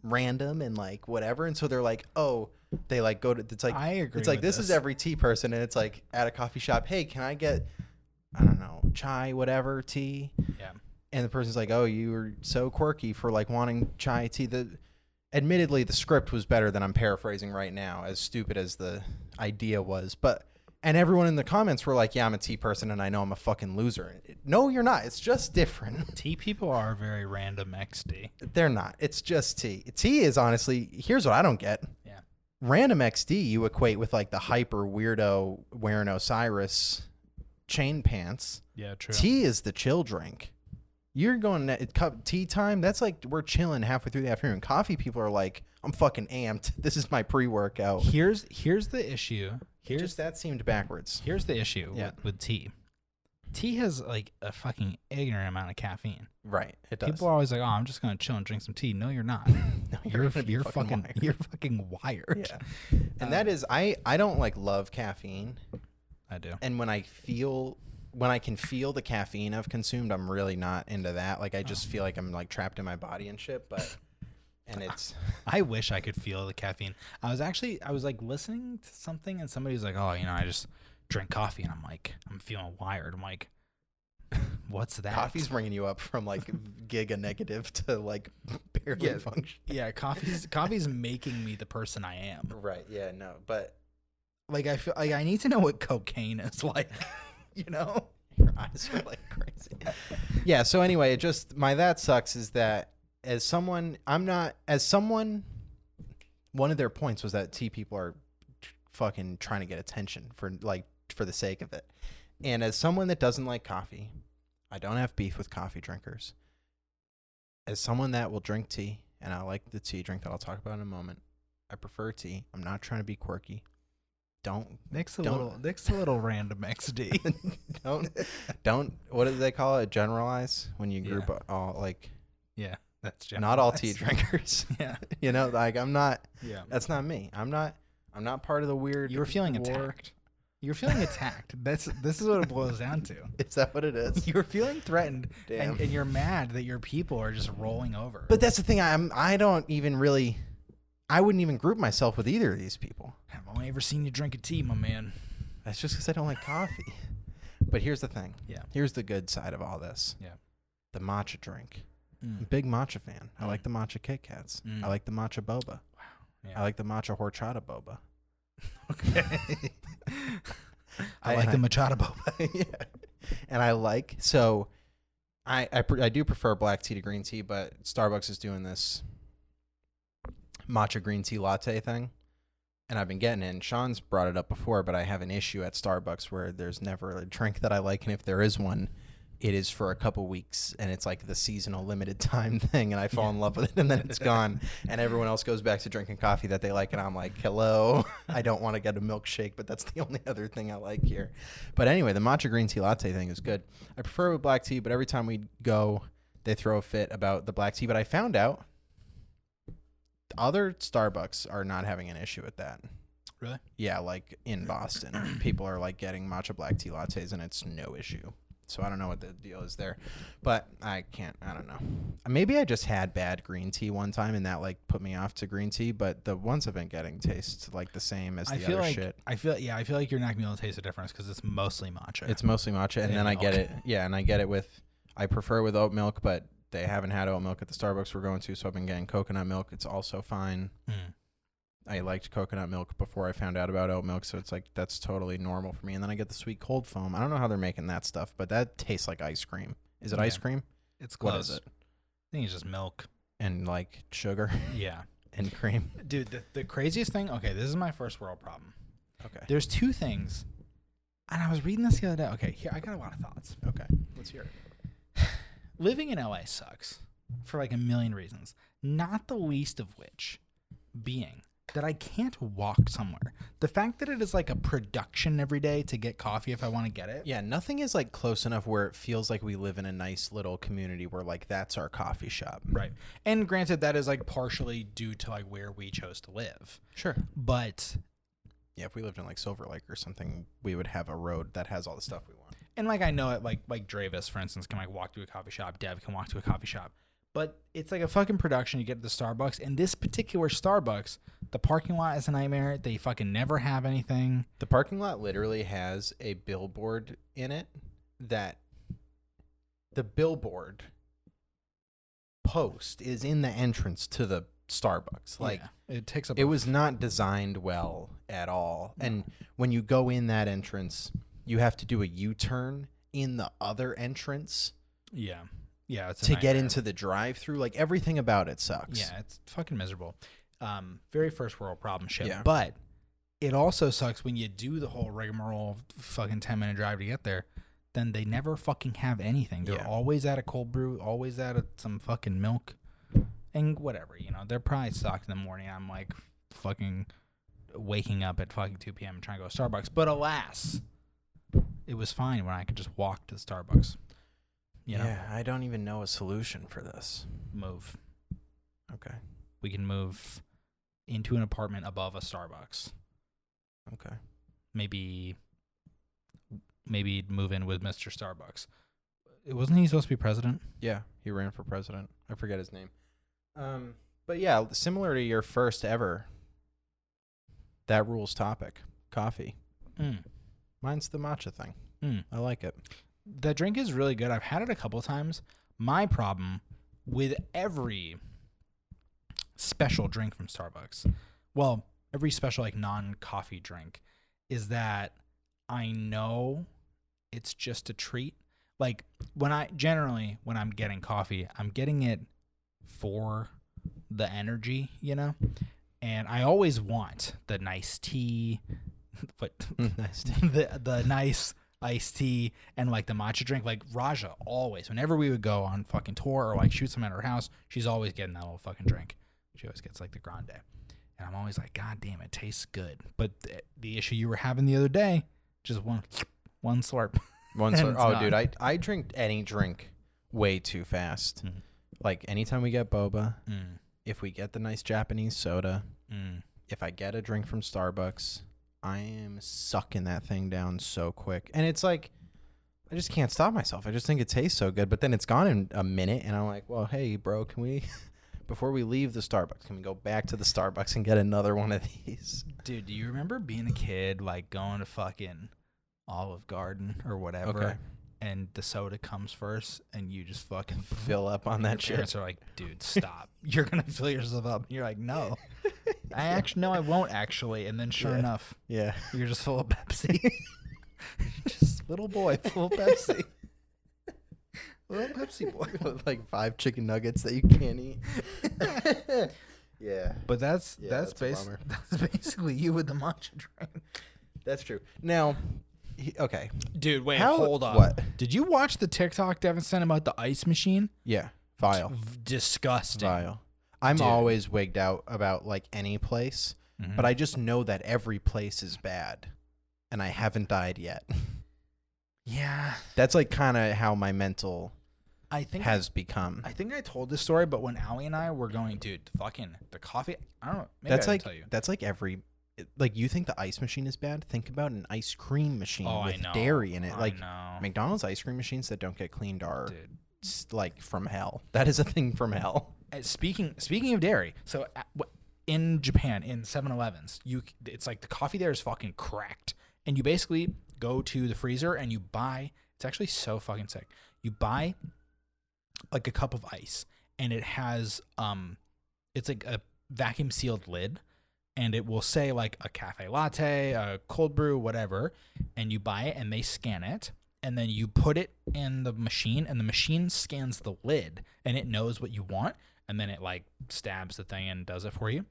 [SPEAKER 1] random and like whatever. And so they're like, oh, they like go to, it's like,
[SPEAKER 2] I agree.
[SPEAKER 1] it's like
[SPEAKER 2] with
[SPEAKER 1] this, is every tea person, and it's like at a coffee shop. Hey, can I get, I don't know, chai, whatever tea?
[SPEAKER 2] Yeah.
[SPEAKER 1] And the person's like, oh, you were so quirky for like wanting chai tea. The, admittedly, the script was better than I'm paraphrasing right now, as stupid as the idea was. But and everyone in the comments were like, yeah, I'm a tea person, and I know I'm a fucking loser. No, you're not. It's just different.
[SPEAKER 2] Tea people are very random XD.
[SPEAKER 1] They're not. It's just tea. Tea is honestly, here's what I don't get.
[SPEAKER 2] Yeah.
[SPEAKER 1] Random XD you equate with like the hyper weirdo wearing Osiris chain pants.
[SPEAKER 2] Yeah, true.
[SPEAKER 1] Tea is the chill drink. You're going to it- cup tea time. That's like we're chilling halfway through the afternoon. Coffee people are like, I'm fucking amped. [laughs] This is my pre workout.
[SPEAKER 2] here's here's the issue. Here's
[SPEAKER 1] Just that seemed backwards.
[SPEAKER 2] here's the issue
[SPEAKER 1] Yeah.
[SPEAKER 2] with, with tea. Tea has like a fucking ignorant amount of caffeine.
[SPEAKER 1] Right. It does.
[SPEAKER 2] People are always like, "Oh, I'm just gonna chill and drink some tea." [laughs] No, you're not.
[SPEAKER 1] No,
[SPEAKER 2] you're
[SPEAKER 1] gonna be
[SPEAKER 2] you're fucking,
[SPEAKER 1] wired.
[SPEAKER 2] you're fucking wired.
[SPEAKER 1] Yeah. And that
[SPEAKER 2] Um,
[SPEAKER 1] is I I don't like love caffeine
[SPEAKER 2] I do.
[SPEAKER 1] and when I feel when I can feel the caffeine I've consumed, I'm really not into that. Like I just feel like I'm like trapped in my body and shit, but and [laughs] it's
[SPEAKER 2] I wish I could feel the caffeine. I was actually I was like listening to something and somebody was like, "Oh, you know, I just drink coffee," and I'm like, "I'm feeling wired." I'm like, [laughs] "What's that?"
[SPEAKER 1] coffee's bringing you up from like giga negative to like [laughs] barely
[SPEAKER 2] Yeah.
[SPEAKER 1] function.
[SPEAKER 2] Yeah, [laughs] coffee's coffee's making me the person I am.
[SPEAKER 1] Right. Yeah, no. But
[SPEAKER 2] Like I feel like I need to know what cocaine is [laughs] like. You know?
[SPEAKER 1] your eyes are like crazy. yeah. So anyway, it just my that sucks is that as someone I'm not as someone one of their points was that T people are tr- fucking trying to get attention for like for the sake of it. And as someone that doesn't like coffee, I don't have beef with coffee drinkers. As someone that will drink tea, and I like the tea drink that I'll talk about in a moment. I prefer tea. I'm not trying to be quirky. Don't
[SPEAKER 2] Nick's a
[SPEAKER 1] Don't-
[SPEAKER 2] little Nick's a little random
[SPEAKER 1] [laughs]
[SPEAKER 2] XD.
[SPEAKER 1] don't don't what do they call it generalize when you group
[SPEAKER 2] Yeah.
[SPEAKER 1] all like
[SPEAKER 2] [laughs] yeah, that's
[SPEAKER 1] not all tea
[SPEAKER 2] generalized.
[SPEAKER 1] drinkers
[SPEAKER 2] [laughs]
[SPEAKER 1] [laughs]
[SPEAKER 2] Yeah,
[SPEAKER 1] you know like i'm not [laughs]
[SPEAKER 2] yeah.
[SPEAKER 1] that's not me i'm not i'm not part of the weird
[SPEAKER 2] You were feeling
[SPEAKER 1] war.
[SPEAKER 2] attacked. You were feeling attacked. That's this is what it boils down
[SPEAKER 1] [laughs]
[SPEAKER 2] to.
[SPEAKER 1] [laughs] is that what it is
[SPEAKER 2] You're feeling threatened,
[SPEAKER 1] Damn.
[SPEAKER 2] and, and you're mad that your people are just rolling over.
[SPEAKER 1] but that's the thing i'm i don't even really i wouldn't even group myself with either of these people
[SPEAKER 2] I've only ever seen you drink a tea, my man.
[SPEAKER 1] that's just because i don't like coffee but here's the thing
[SPEAKER 2] Yeah.
[SPEAKER 1] here's the good side of all this
[SPEAKER 2] Yeah.
[SPEAKER 1] the matcha drink I'm a
[SPEAKER 2] Mm.
[SPEAKER 1] big matcha fan i
[SPEAKER 2] Mm.
[SPEAKER 1] like the matcha kit kats
[SPEAKER 2] Mm.
[SPEAKER 1] i like the matcha boba
[SPEAKER 2] Yeah.
[SPEAKER 1] i like the matcha horchata boba
[SPEAKER 2] [laughs] [laughs] Okay. I,
[SPEAKER 1] I-
[SPEAKER 2] like the
[SPEAKER 1] I-
[SPEAKER 2] machado boba.
[SPEAKER 1] [laughs] yeah. And I like so I I, pre- I do prefer black tea to green tea, but Starbucks is doing this matcha green tea latte thing. And I've been getting it. And Sean's brought it up before, but I have an issue at Starbucks where there's never a drink that I like, and if there is one, it is for a couple weeks, and it's like the seasonal limited [laughs] time thing, and I fall in love with it, and then it's gone, and everyone else goes back to drinking coffee that they like, and I'm like, hello, [laughs] I don't want to get a milkshake, but that's the only other thing I like here. But anyway, the matcha green tea latte thing is good. I prefer it with black tea, but every time we go, they throw a fit about the black tea. But I found out other Starbucks are not having an issue with that.
[SPEAKER 2] Really?
[SPEAKER 1] Yeah, like in Boston,
[SPEAKER 2] [clears throat]
[SPEAKER 1] people are like getting matcha black tea lattes and it's no issue. So I don't know what the deal is there, but I can't. I don't know. Maybe I just had bad green tea one time and that like put me off to green tea. But the ones I've been getting taste like the same as the
[SPEAKER 2] I feel
[SPEAKER 1] other
[SPEAKER 2] like
[SPEAKER 1] shit.
[SPEAKER 2] I feel yeah. I feel like you're not gonna be able to taste the difference because it's mostly matcha.
[SPEAKER 1] It's mostly matcha, and
[SPEAKER 2] And
[SPEAKER 1] then I get it.
[SPEAKER 2] milk.
[SPEAKER 1] Yeah, and I get it with. I prefer with oat milk, but they haven't had oat milk at the Starbucks we're going to, so I've been getting coconut milk. It's also fine.
[SPEAKER 2] Mm.
[SPEAKER 1] I liked coconut milk before I found out about oat milk, so it's like that's totally normal for me. And then I get the sweet cold foam. I don't know how they're making that stuff, but that tastes like ice cream. Is it ice
[SPEAKER 2] Yeah.
[SPEAKER 1] cream?
[SPEAKER 2] it's close.
[SPEAKER 1] What is it?
[SPEAKER 2] I think it's just milk.
[SPEAKER 1] And like sugar [laughs]
[SPEAKER 2] Yeah,
[SPEAKER 1] and cream.
[SPEAKER 2] dude. The, the craziest thing. Okay, this is my first world problem.
[SPEAKER 1] Okay.
[SPEAKER 2] There's two things, and I was reading this the other day. Okay, here I got a lot of thoughts.
[SPEAKER 1] Okay. Let's hear it.
[SPEAKER 2] Living in LA sucks for like a million reasons. Not the least of which being that I can't walk somewhere. The fact that it is like a production every day to get coffee if I want to get it.
[SPEAKER 1] Yeah, nothing is like close enough where it feels like we live in a nice little community where like that's our coffee shop.
[SPEAKER 2] Right. And granted, that is like partially due to like where we chose to live.
[SPEAKER 1] Sure.
[SPEAKER 2] But,
[SPEAKER 1] Yeah, if we lived in like Silver Lake or something, we would have a road that has all the stuff we want.
[SPEAKER 2] and like I know it, like, like Dravis, for instance, can like walk to a coffee shop. Dev can walk to a coffee shop. But it's like a fucking production. You get to the Starbucks. And this particular Starbucks, the parking lot is a nightmare. They fucking never have anything.
[SPEAKER 1] The parking lot literally has a billboard in it that the billboard post is in the entrance to the Starbucks. Like
[SPEAKER 2] Yeah, it takes up
[SPEAKER 1] it was not designed well at all. And when you go in that entrance, you have to do a U-turn in the other entrance
[SPEAKER 2] yeah yeah it's a
[SPEAKER 1] to get
[SPEAKER 2] nightmare.
[SPEAKER 1] into the drive-through. Like everything about it sucks.
[SPEAKER 2] yeah it's fucking miserable um very first world problem shit
[SPEAKER 1] Yeah.
[SPEAKER 2] but it also sucks when you do the whole rigmarole of fucking 10 minute drive to get there then they never fucking have anything they're
[SPEAKER 1] Yeah.
[SPEAKER 2] always at a cold brew always at a, some fucking milk and whatever you know they're probably stocked in the morning i'm like fucking waking up at fucking 2 p.m. and trying to go to starbucks but alas it was fine when I could just walk to the Starbucks. You know,
[SPEAKER 1] Yeah, I don't even know a solution for this.
[SPEAKER 2] move.
[SPEAKER 1] Okay.
[SPEAKER 2] We can move into an apartment above a Starbucks.
[SPEAKER 1] Okay.
[SPEAKER 2] Maybe, maybe move in with Mister Starbucks. It wasn't he supposed to be president?
[SPEAKER 1] Yeah, he ran for president. I forget his name. Um, but yeah, similar to your first ever that rules topic, coffee.
[SPEAKER 2] Mm.
[SPEAKER 1] Mine's the matcha thing.
[SPEAKER 2] Mm.
[SPEAKER 1] I like it.
[SPEAKER 2] The drink is really good. I've had it a couple times. My problem with every special drink from Starbucks, well, every special like non-coffee drink is that I know it's just a treat. Like when I generally when I'm getting coffee, I'm getting it for the energy, you know? And I always want the nice tea, [laughs] but
[SPEAKER 1] [laughs] nice.
[SPEAKER 2] [laughs] the the nice iced tea and like the matcha drink. Like Raja always, whenever we would go on fucking tour or like shoot someone at her house, she's always getting that little fucking drink. She always gets like the grande, and I'm always like, God damn, it tastes good. But th- the issue you were having the other day, just one [laughs] one slurp. [laughs]
[SPEAKER 1] One
[SPEAKER 2] And
[SPEAKER 1] slur-
[SPEAKER 2] it's
[SPEAKER 1] oh,
[SPEAKER 2] not.
[SPEAKER 1] dude, I I drink any drink way too fast.
[SPEAKER 2] Mhm.
[SPEAKER 1] Like anytime we get boba,
[SPEAKER 2] Mm,
[SPEAKER 1] if we get the nice Japanese soda,
[SPEAKER 2] mm.
[SPEAKER 1] if I get a drink from Starbucks, I am sucking that thing down so quick. And it's like I just can't stop myself. I just think it tastes so good, but then it's gone in a minute and I'm like, "Well, hey, bro, can we [laughs] before we leave the Starbucks, can we go back to the Starbucks and get another one of these?" [laughs]
[SPEAKER 2] Dude, do you remember being a kid, like going to fucking Olive Garden or whatever,
[SPEAKER 1] Okay.
[SPEAKER 2] and the soda comes first, and you just fucking
[SPEAKER 1] Fill up on that
[SPEAKER 2] Your
[SPEAKER 1] shit.
[SPEAKER 2] parents are like, dude, stop. [laughs] You're gonna fill yourself up. And you're like, [laughs] no. I actually no, I won't actually. And then sure
[SPEAKER 1] Yeah.
[SPEAKER 2] enough,
[SPEAKER 1] Yeah.
[SPEAKER 2] you're just full of [laughs] Pepsi. just [laughs] little boy
[SPEAKER 1] [laughs]
[SPEAKER 2] full of Pepsi. little Pepsi boy.
[SPEAKER 1] With, like five chicken nuggets that you can't
[SPEAKER 2] [laughs]
[SPEAKER 1] eat. [laughs] yeah,
[SPEAKER 2] But that's
[SPEAKER 1] Yeah, that's
[SPEAKER 2] that's,
[SPEAKER 1] a
[SPEAKER 2] bas-
[SPEAKER 1] bummer.
[SPEAKER 2] that's basically you with the matcha drink.
[SPEAKER 1] that's true. Now, he- okay,
[SPEAKER 2] Dude, wait,
[SPEAKER 1] How-
[SPEAKER 2] hold on.
[SPEAKER 1] what?
[SPEAKER 2] Did you watch the TikTok Devin sent about the ice machine?
[SPEAKER 1] yeah, vile,
[SPEAKER 2] V- disgusting.
[SPEAKER 1] vile. I'm
[SPEAKER 2] Dude. Mm-hmm.
[SPEAKER 1] always wigged out about like any place, but I just know that every place is bad, and I haven't died yet. [laughs]
[SPEAKER 2] Yeah.
[SPEAKER 1] That's like kind of how my mental
[SPEAKER 2] I think
[SPEAKER 1] has become.
[SPEAKER 2] I think I told this story, but when Allie and I were going, dude, fucking the coffee. I don't know. Maybe
[SPEAKER 1] That's
[SPEAKER 2] I
[SPEAKER 1] like
[SPEAKER 2] didn't tell you.
[SPEAKER 1] that's like every. Like you think the ice machine is bad? Think about an ice cream machine
[SPEAKER 2] Oh, I
[SPEAKER 1] with
[SPEAKER 2] know.
[SPEAKER 1] dairy in it.
[SPEAKER 2] I
[SPEAKER 1] Like
[SPEAKER 2] know.
[SPEAKER 1] McDonald's ice cream machines that don't get cleaned are
[SPEAKER 2] dude.
[SPEAKER 1] s- like from hell. That is a thing from hell.
[SPEAKER 2] Uh, Speaking speaking of dairy, so at, wh- in Japan, in 7-Elevens, you c- it's like the coffee there is fucking cracked, and you basically go to the freezer and you buy. It's actually so fucking sick. You buy like a cup of ice, and it has um, it's like a vacuum sealed lid, and it will say like a cafe latte, a cold brew, whatever, and you buy it and they scan it and then you put it in the machine and the machine scans the lid and it knows what you want and then it like stabs the thing and does it for you.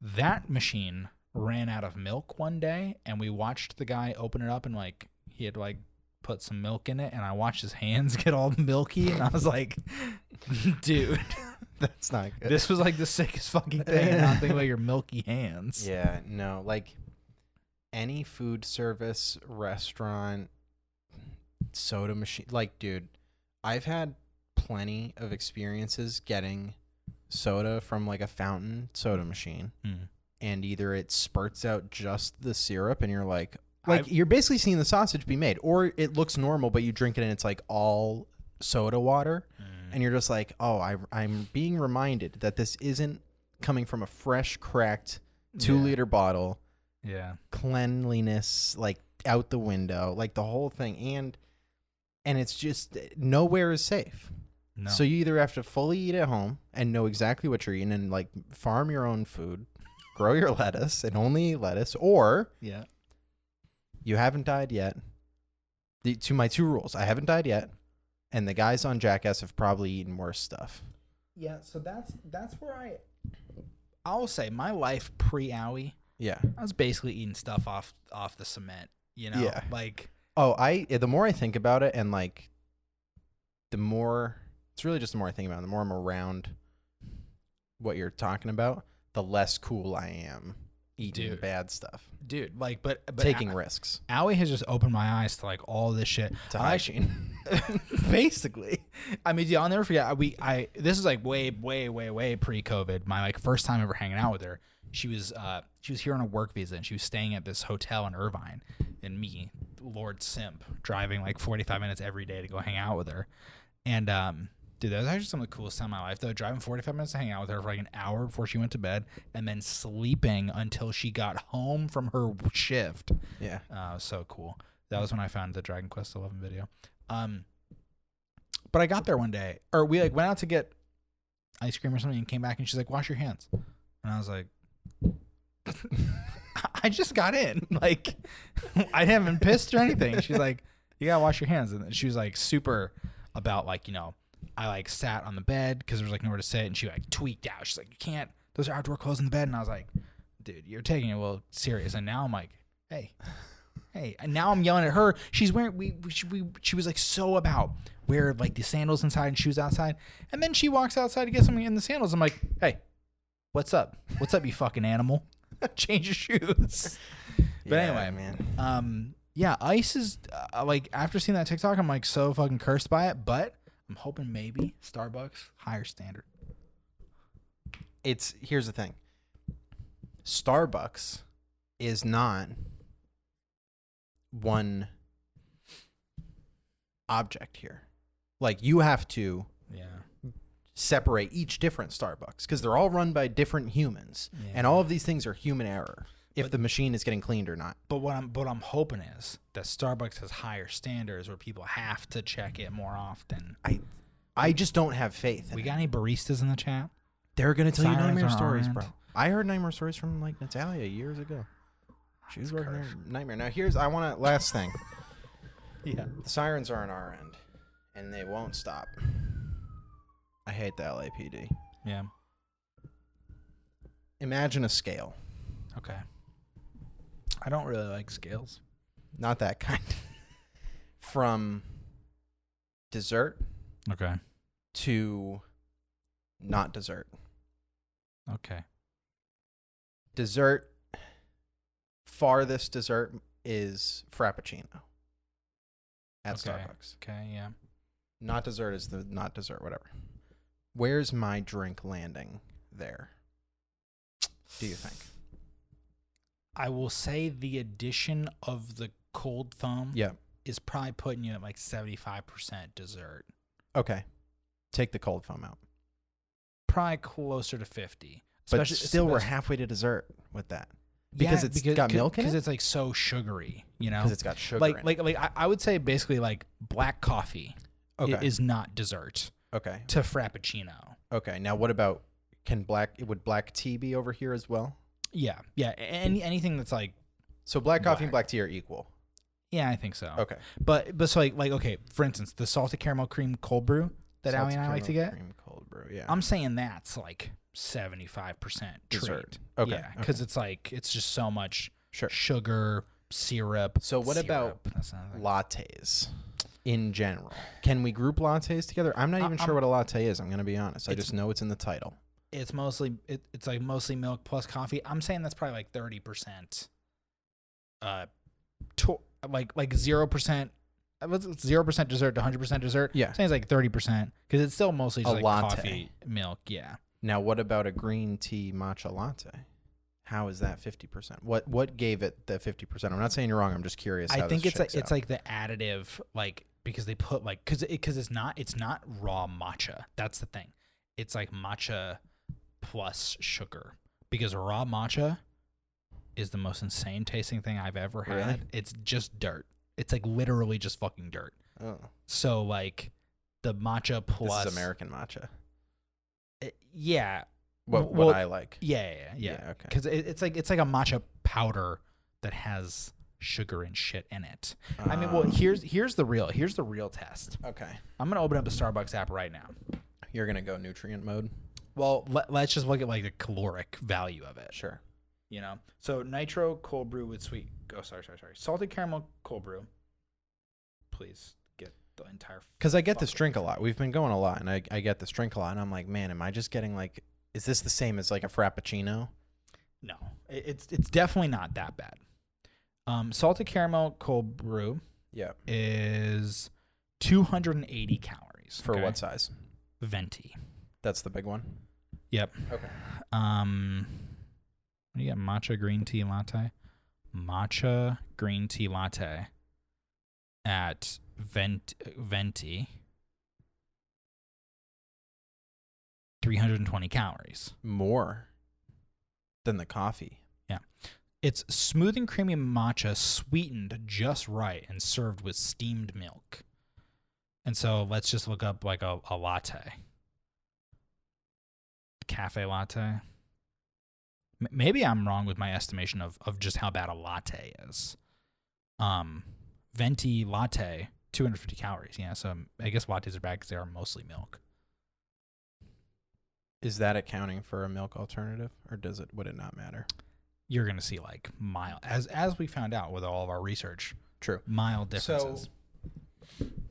[SPEAKER 2] That machine ran out of milk one day and we watched the guy open it up and like he had like put some milk in it and I watched his hands [laughs] get all milky and I was like dude
[SPEAKER 1] [laughs] That's
[SPEAKER 2] [laughs]
[SPEAKER 1] not good.
[SPEAKER 2] this was like the sickest fucking thing and I'm thinking about your milky hands.
[SPEAKER 1] yeah, no, like any food service, restaurant, soda machine. Like, dude, I've had plenty of experiences getting soda from like a fountain soda machine,
[SPEAKER 2] Mm.
[SPEAKER 1] and either it spurts out just the syrup, and you're like, like
[SPEAKER 2] I've-
[SPEAKER 1] you're basically seeing the sausage be made, or it looks normal, but you drink it and it's like all soda water. and you're just like, oh, I, I'm being reminded that this isn't coming from a fresh, cracked two
[SPEAKER 2] Yeah.
[SPEAKER 1] liter bottle.
[SPEAKER 2] Yeah.
[SPEAKER 1] Cleanliness, like out the window, like the whole thing, and and it's just nowhere is safe.
[SPEAKER 2] No.
[SPEAKER 1] So you either have to fully eat at home and know exactly what you're eating, and like farm your own food, grow your lettuce, and only eat lettuce, or
[SPEAKER 2] yeah.
[SPEAKER 1] you haven't died yet. The, to my two rules, I haven't died yet, and the guys on Jackass have probably eaten worse stuff.
[SPEAKER 2] Yeah, so that's that's where I I'll say my life pre owie,
[SPEAKER 1] Yeah.
[SPEAKER 2] I was basically eating stuff off off the cement, you know?
[SPEAKER 1] Yeah.
[SPEAKER 2] Like
[SPEAKER 1] Oh, I the more I think about it and like the more it's really just the more I think about it, the more I'm around what you're talking about, the less cool I am eating
[SPEAKER 2] Dude.
[SPEAKER 1] bad stuff,
[SPEAKER 2] dude. Like, but but
[SPEAKER 1] taking
[SPEAKER 2] Al-
[SPEAKER 1] risks.
[SPEAKER 2] Allie has just opened my eyes to like all this shit.
[SPEAKER 1] To
[SPEAKER 2] I- [laughs]
[SPEAKER 1] hygiene.
[SPEAKER 2] basically. I mean, dude, I'll never forget. I- We, I, this is like way, way, way, way pre-COVID. My like first time ever hanging out with her. She was, uh, she was here on a work visa, and she was staying at this hotel in Irvine. And me, Lord Simp, driving like 45 minutes every day to go hang out with her. And um, dude, that was actually some of the coolest time of my life. Though driving 45 minutes to hang out with her for like an hour before she went to bed, and then sleeping until she got home from her shift.
[SPEAKER 1] [laughs] yeah.
[SPEAKER 2] Uh, so cool. That was when I found the Dragon Quest Eleven video. Um, but I got there one day, or we like went out to get ice cream or something, and came back, and she's like, "Wash your hands," and I was like, [laughs] "I just got in, [laughs] like, [laughs] I haven't pissed or anything." She's like, "You gotta wash your hands," and then she was like, super about like you know, I like sat on the bed because there was like nowhere to sit, and she like tweaked out. She's like, "You can't; those are outdoor clothes in the bed," and I was like, "Dude, you're taking it well serious," and now I'm like, "Hey." Hey, and now I'm yelling at her. She's wearing we, we she, we she was like so about wear like the sandals inside and shoes outside, and then she walks outside to get something in the sandals. I'm like, hey, what's up? What's up, you fucking animal? [laughs] Change your shoes. But
[SPEAKER 1] Yeah,
[SPEAKER 2] anyway,
[SPEAKER 1] man.
[SPEAKER 2] um, yeah, ice is uh, like after seeing that TikTok, I'm like so fucking cursed by it. But I'm hoping maybe Starbucks higher standard.
[SPEAKER 1] It's here's the thing. Starbucks is not one object here. Like you have to
[SPEAKER 2] Yeah,
[SPEAKER 1] separate each different Starbucks because they're all run by different humans,
[SPEAKER 2] Yeah.
[SPEAKER 1] and all of these things are human error. If the machine is getting cleaned or not,
[SPEAKER 2] but what I'm what I'm hoping is that Starbucks has higher standards where people have to check it more often.
[SPEAKER 1] I, I just don't have faith. In
[SPEAKER 2] We
[SPEAKER 1] it.
[SPEAKER 2] got any baristas in the chat?
[SPEAKER 1] They're gonna tell
[SPEAKER 2] Sirens
[SPEAKER 1] you nightmare
[SPEAKER 2] on our
[SPEAKER 1] stories,
[SPEAKER 2] end.
[SPEAKER 1] bro. I heard nightmare stories from like Natalia years ago. She was working her nightmare. Now here's I want to last thing.
[SPEAKER 2] Yeah.
[SPEAKER 1] The sirens are on our end, and they won't stop. I hate the LAPD.
[SPEAKER 2] Yeah.
[SPEAKER 1] Imagine a scale,
[SPEAKER 2] Okay. I don't really like scales.
[SPEAKER 1] not that kind, [laughs] from dessert
[SPEAKER 2] Okay.
[SPEAKER 1] to not dessert.
[SPEAKER 2] Okay.
[SPEAKER 1] Dessert farthest dessert is frappuccino at
[SPEAKER 2] Okay.
[SPEAKER 1] Starbucks.
[SPEAKER 2] Okay. Yeah.
[SPEAKER 1] Not dessert is the not dessert, whatever. Where's my drink landing there? Do you think?
[SPEAKER 2] I will say the addition of the cold foam
[SPEAKER 1] Yeah.
[SPEAKER 2] is probably putting you at like 75% dessert.
[SPEAKER 1] Okay. Take the cold foam out.
[SPEAKER 2] Probably closer to 50.
[SPEAKER 1] But
[SPEAKER 2] Especially-
[SPEAKER 1] still, we're
[SPEAKER 2] especially-
[SPEAKER 1] halfway to dessert with that because
[SPEAKER 2] Yeah,
[SPEAKER 1] it's got
[SPEAKER 2] c-
[SPEAKER 1] milk in
[SPEAKER 2] Because
[SPEAKER 1] it?
[SPEAKER 2] it's like so sugary, you know?
[SPEAKER 1] because it's got sugar.
[SPEAKER 2] like,
[SPEAKER 1] in
[SPEAKER 2] like, like, I, I would say basically like black coffee
[SPEAKER 1] it.
[SPEAKER 2] i-
[SPEAKER 1] okay,
[SPEAKER 2] is not dessert
[SPEAKER 1] okay,
[SPEAKER 2] to Frappuccino.
[SPEAKER 1] okay. Now, what about can black? Would black tea be over here as well?
[SPEAKER 2] Yeah. Yeah. a- Any, anything that's like,
[SPEAKER 1] So black coffee and black tea are equal.
[SPEAKER 2] yeah, I think so.
[SPEAKER 1] Okay.
[SPEAKER 2] But but so like like okay, for instance, the salted caramel cream cold brew that
[SPEAKER 1] Salted
[SPEAKER 2] Allie and I like to
[SPEAKER 1] caramel
[SPEAKER 2] get.
[SPEAKER 1] cream cold brew. Yeah.
[SPEAKER 2] I'm saying that's like seventy five percent
[SPEAKER 1] Dessert. Okay,
[SPEAKER 2] because it's like it's just so much
[SPEAKER 1] Sure.
[SPEAKER 2] sugar, syrup.
[SPEAKER 1] So what
[SPEAKER 2] syrup.
[SPEAKER 1] about
[SPEAKER 2] That's another thing.
[SPEAKER 1] lattes in general. Can we group lattes together? I'm not
[SPEAKER 2] I-
[SPEAKER 1] even
[SPEAKER 2] I'm-
[SPEAKER 1] sure what a latte is. I'm going to be honest. I
[SPEAKER 2] It's-
[SPEAKER 1] just know it's in the title.
[SPEAKER 2] it's mostly it, it's like mostly milk plus coffee. I'm saying that's probably like thirty percent. Uh, to, like like zero percent. uh, Zero percent dessert to hundred percent dessert.
[SPEAKER 1] Yeah.
[SPEAKER 2] I'm saying it's like thirty percent because it's still mostly just
[SPEAKER 1] A
[SPEAKER 2] like
[SPEAKER 1] latte.
[SPEAKER 2] coffee, milk. Yeah.
[SPEAKER 1] Now, what about a green tea matcha latte? How is that 50%? What what gave it the 50%? I'm not saying you're wrong. I'm just curious.
[SPEAKER 2] I
[SPEAKER 1] how
[SPEAKER 2] think
[SPEAKER 1] this
[SPEAKER 2] it's like
[SPEAKER 1] shakes
[SPEAKER 2] it's
[SPEAKER 1] out.
[SPEAKER 2] like the additive, like because they put like because because it's not it's not raw matcha. That's the thing. It's like matcha plus sugar because raw matcha is the most insane tasting thing I've ever had.
[SPEAKER 1] Really?
[SPEAKER 2] It's just dirt. It's like literally just fucking dirt.
[SPEAKER 1] Oh,
[SPEAKER 2] So like the matcha
[SPEAKER 1] this
[SPEAKER 2] plus
[SPEAKER 1] is American matcha.
[SPEAKER 2] Uh, yeah,
[SPEAKER 1] What,
[SPEAKER 2] well,
[SPEAKER 1] what I like.
[SPEAKER 2] yeah, yeah, yeah.
[SPEAKER 1] Yeah, okay.
[SPEAKER 2] Because it, it's like it's like a matcha powder that has sugar and shit in it. I mean, well,
[SPEAKER 1] Um,
[SPEAKER 2] here's here's the real here's the real test.
[SPEAKER 1] okay.
[SPEAKER 2] I'm gonna open up the Starbucks app right now.
[SPEAKER 1] You're going to go nutrient mode?
[SPEAKER 2] Well, let, us just look at like the caloric value of it.
[SPEAKER 1] Sure.
[SPEAKER 2] You know, so nitro cold brew with sweet. Oh, sorry, sorry, sorry. Salted caramel cold brew. Please get the entire.
[SPEAKER 1] Because I get this
[SPEAKER 2] Fuck.
[SPEAKER 1] drink a lot. We've been going a lot, and I, I get this drink a lot, and I'm like, man, am I just getting like, is this the same as like a Frappuccino?
[SPEAKER 2] No, it- it's it's definitely not that bad. Um, salted caramel cold brew
[SPEAKER 1] Yeah.
[SPEAKER 2] is 280 calories
[SPEAKER 1] For
[SPEAKER 2] okay?
[SPEAKER 1] what size?
[SPEAKER 2] Venti.
[SPEAKER 1] That's the big one.
[SPEAKER 2] Yep.
[SPEAKER 1] Okay.
[SPEAKER 2] Um, what do you got? Matcha green tea latte. Matcha green tea latte at Vent Venti. 320 calories.
[SPEAKER 1] More than the coffee.
[SPEAKER 2] It's smooth and creamy matcha sweetened just right and served with steamed milk. And so let's just look up like a, a latte. Cafe latte. M- maybe I'm wrong with my estimation of, of just how bad a latte is. Um, venti latte, 250 calories. Yeah, so I guess lattes are bad because they are mostly milk.
[SPEAKER 1] Is that accounting for a milk alternative, or does it? Would it not matter?
[SPEAKER 2] You're gonna see like mild as as we found out with all of our research,
[SPEAKER 1] True.
[SPEAKER 2] mild differences.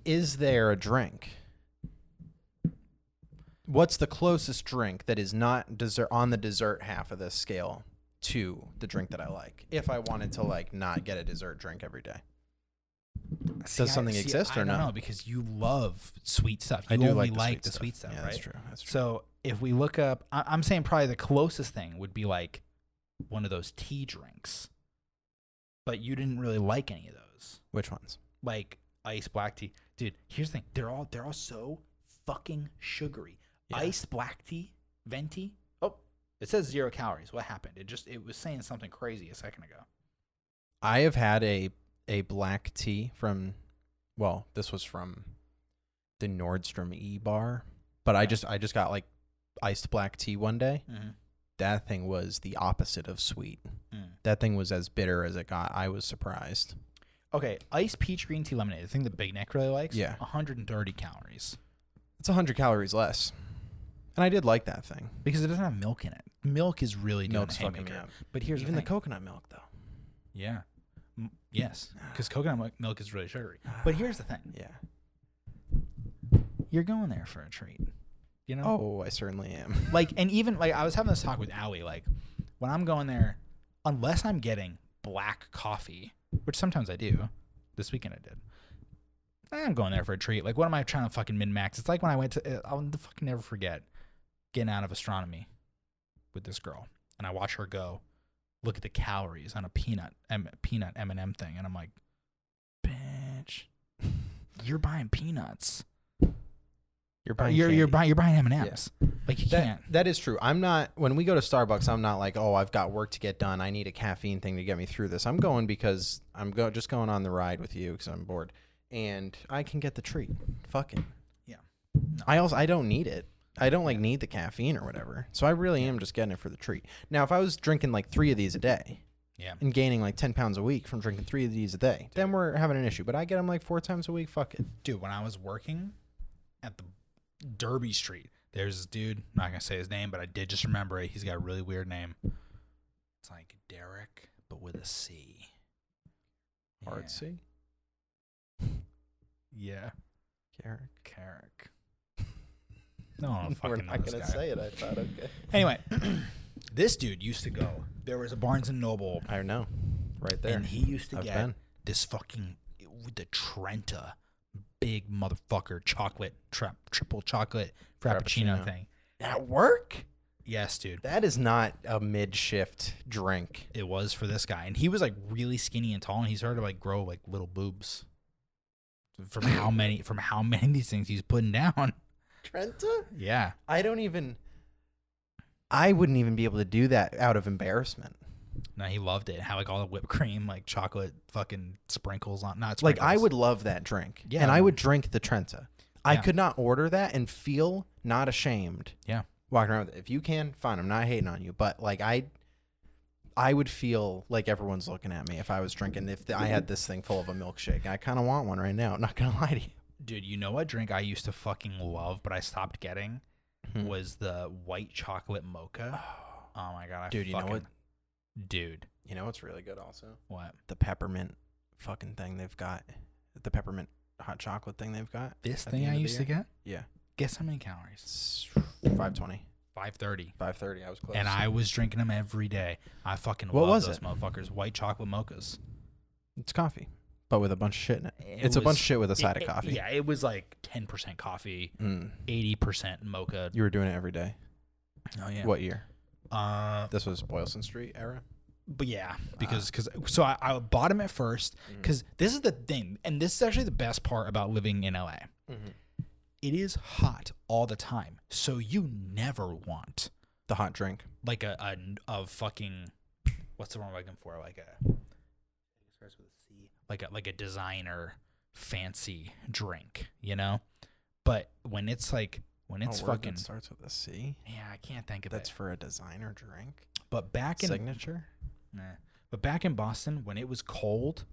[SPEAKER 1] Is there a drink? What's the closest drink that is not dessert on the dessert half of this scale to the drink that I like? If I wanted to like not get a dessert drink every day,
[SPEAKER 2] See,
[SPEAKER 1] Does something
[SPEAKER 2] I, see,
[SPEAKER 1] exist
[SPEAKER 2] I
[SPEAKER 1] or
[SPEAKER 2] don't
[SPEAKER 1] no?
[SPEAKER 2] know because you love sweet stuff. You
[SPEAKER 1] I do
[SPEAKER 2] only
[SPEAKER 1] like
[SPEAKER 2] like
[SPEAKER 1] the
[SPEAKER 2] the
[SPEAKER 1] sweet
[SPEAKER 2] sweet
[SPEAKER 1] stuff. Yeah,
[SPEAKER 2] stuff, right?
[SPEAKER 1] that's true, that's true.
[SPEAKER 2] So if we look up, I, I'm saying probably the closest thing would be like one of those tea drinks, but you didn't really like any of those,
[SPEAKER 1] which ones?
[SPEAKER 2] like iced black tea. Dude, here's the thing: they're all they're all so fucking sugary.
[SPEAKER 1] Yeah.
[SPEAKER 2] Iced black tea, venti. Oh, it says zero calories. What happened? It just it was saying something crazy a second ago.
[SPEAKER 1] I have had a a black tea from well, this was from the Nordstrom E bar, but I just I just got like iced black tea one day.
[SPEAKER 2] Mm-hmm. Mm.
[SPEAKER 1] That thing was the opposite of sweet. That thing was as bitter as it got. I was surprised.
[SPEAKER 2] Okay, iced peach green tea lemonade, the thing that Big Neck really likes.
[SPEAKER 1] Yeah.
[SPEAKER 2] 130 calories
[SPEAKER 1] It's 100 calories less. And I did like that thing.
[SPEAKER 2] because it doesn't have milk in it. Milk is really doing
[SPEAKER 1] Milk's
[SPEAKER 2] the
[SPEAKER 1] fucking me
[SPEAKER 2] haymaker.
[SPEAKER 1] up.
[SPEAKER 2] But here's
[SPEAKER 1] Even
[SPEAKER 2] the,
[SPEAKER 1] the
[SPEAKER 2] thing.
[SPEAKER 1] coconut milk, though.
[SPEAKER 2] yeah, M-
[SPEAKER 1] [sighs]
[SPEAKER 2] yes, because coconut milk- milk is really sugary. But here's the thing:
[SPEAKER 1] Yeah.
[SPEAKER 2] you're going there for a treat, you know.
[SPEAKER 1] Oh, I certainly am. [laughs]
[SPEAKER 2] like and even like I was having this talk with Allie, like when I'm going there, unless I'm getting black coffee, which sometimes I do. This weekend I did. eh, I'm going there for a treat. Like, what am I trying to fucking min max? It's like when I went to, eh, I'll fucking never forget getting out of astronomy with this girl, and I watch her go look at the calories on a peanut M- peanut M and m thing, and I'm like, bitch, you're buying peanuts.
[SPEAKER 1] You're
[SPEAKER 2] Or you're you're
[SPEAKER 1] candy.
[SPEAKER 2] buying you're buying M and M's. Like you
[SPEAKER 1] That,
[SPEAKER 2] can't.
[SPEAKER 1] that is true. I'm not, when we go to Starbucks, I'm not like, oh, I've got work to get done. I need a caffeine thing to get me through this. I'm going because I'm go- just going on the ride with you because I'm bored. And I can get the treat. Fuck it.
[SPEAKER 2] Yeah.
[SPEAKER 1] I also, I don't need it. I don't like need the caffeine or whatever. So I really am just getting it for the treat. Now, if I was drinking like three of these a day,
[SPEAKER 2] Yeah.
[SPEAKER 1] and gaining like 10 pounds a week from drinking three of these a day, then we're having an issue. But I get them like four times a week. Fuck it.
[SPEAKER 2] dude, when I was working at the Derby Street, there's this dude, I'm not gonna say his name, but I did just remember it. He's got a really weird name. It's like Derek, but with a C.
[SPEAKER 1] Hard C.
[SPEAKER 2] Yeah.
[SPEAKER 1] Carrick.
[SPEAKER 2] yeah.
[SPEAKER 1] [laughs]
[SPEAKER 2] Carrick. No, I don't fucking
[SPEAKER 1] We're
[SPEAKER 2] know
[SPEAKER 1] not
[SPEAKER 2] this
[SPEAKER 1] going to
[SPEAKER 2] guy.
[SPEAKER 1] say it. I thought,
[SPEAKER 2] [laughs]
[SPEAKER 1] okay.
[SPEAKER 2] Anyway, [clears throat] this dude used to go. There was a Barnes and Noble,
[SPEAKER 1] I know. Right there.
[SPEAKER 2] and he used to
[SPEAKER 1] I've
[SPEAKER 2] get
[SPEAKER 1] been.
[SPEAKER 2] this fucking with the Trenta, big motherfucker chocolate tra- triple chocolate frappuccino
[SPEAKER 1] Frappuccino.
[SPEAKER 2] thing.
[SPEAKER 1] At work?
[SPEAKER 2] Yes, dude.
[SPEAKER 1] That is not a mid shift drink.
[SPEAKER 2] it was for this guy. And he was like really skinny and tall, and he started to like grow like little boobs
[SPEAKER 1] [laughs]
[SPEAKER 2] from how many from how many of these things he's putting down.
[SPEAKER 1] Trenta?
[SPEAKER 2] Yeah,
[SPEAKER 1] I don't even. I wouldn't even be able to do that out of embarrassment.
[SPEAKER 2] no, he loved it. How like all the whipped cream, like chocolate, fucking sprinkles on. Not
[SPEAKER 1] Like, I
[SPEAKER 2] sprinkles.
[SPEAKER 1] would love that drink.
[SPEAKER 2] Yeah.
[SPEAKER 1] And I would drink the Trenta. I
[SPEAKER 2] Yeah.
[SPEAKER 1] could not order that and feel not ashamed
[SPEAKER 2] Yeah,
[SPEAKER 1] walking around with it. If you can, fine. I'm not hating on you, but like I, I would feel like everyone's looking at me if I was drinking. If I had this thing full of a milkshake, I kind of want one right now. Not gonna [laughs] lie to you.
[SPEAKER 2] dude. You know what drink I used to fucking love, but I stopped getting was the white chocolate mocha. Hmm. Oh my god, I
[SPEAKER 1] Dude, you know
[SPEAKER 2] fucking-
[SPEAKER 1] what-
[SPEAKER 2] Dude,
[SPEAKER 1] You know what's really good also?
[SPEAKER 2] what?
[SPEAKER 1] The peppermint fucking thing they've got. The peppermint hot chocolate thing they've got.
[SPEAKER 2] This
[SPEAKER 1] At the
[SPEAKER 2] thing
[SPEAKER 1] end
[SPEAKER 2] I
[SPEAKER 1] of the
[SPEAKER 2] used to
[SPEAKER 1] year?
[SPEAKER 2] get.
[SPEAKER 1] Yeah,
[SPEAKER 2] Guess how many calories?
[SPEAKER 1] it's five twenty.
[SPEAKER 2] five thirty,
[SPEAKER 1] Five thirty. I was close.
[SPEAKER 2] and I was drinking them every day. I fucking
[SPEAKER 1] What
[SPEAKER 2] love
[SPEAKER 1] was
[SPEAKER 2] those
[SPEAKER 1] it?
[SPEAKER 2] motherfuckers. White chocolate mochas.
[SPEAKER 1] it's coffee, but with a bunch of shit in it.
[SPEAKER 2] It
[SPEAKER 1] it's a bunch
[SPEAKER 2] was-
[SPEAKER 1] of shit with a side
[SPEAKER 2] It-
[SPEAKER 1] of
[SPEAKER 2] it-
[SPEAKER 1] coffee.
[SPEAKER 2] yeah, it was like ten percent coffee,
[SPEAKER 1] Mm.
[SPEAKER 2] eighty percent mocha.
[SPEAKER 1] You were doing it every day.
[SPEAKER 2] Oh yeah.
[SPEAKER 1] What year?
[SPEAKER 2] Uh,
[SPEAKER 1] This was Boylston Street era.
[SPEAKER 2] but yeah, Mm. because because so I, I bought them at first because this is the thing, and this is actually the best part about living in LA.
[SPEAKER 1] Mm-hmm.
[SPEAKER 2] It is hot all the time, so you never want
[SPEAKER 1] The hot drink.
[SPEAKER 2] like a a, a fucking what's the word I'm looking for like a starts with a C like a like a designer fancy drink, you know. But when it's like when it's
[SPEAKER 1] a Oh, word that
[SPEAKER 2] fucking
[SPEAKER 1] starts with a C.
[SPEAKER 2] yeah, I can't think of
[SPEAKER 1] That's
[SPEAKER 2] it.
[SPEAKER 1] for a designer drink.
[SPEAKER 2] But back in
[SPEAKER 1] Signature. [laughs]
[SPEAKER 2] Nah. But back in Boston, when it was cold,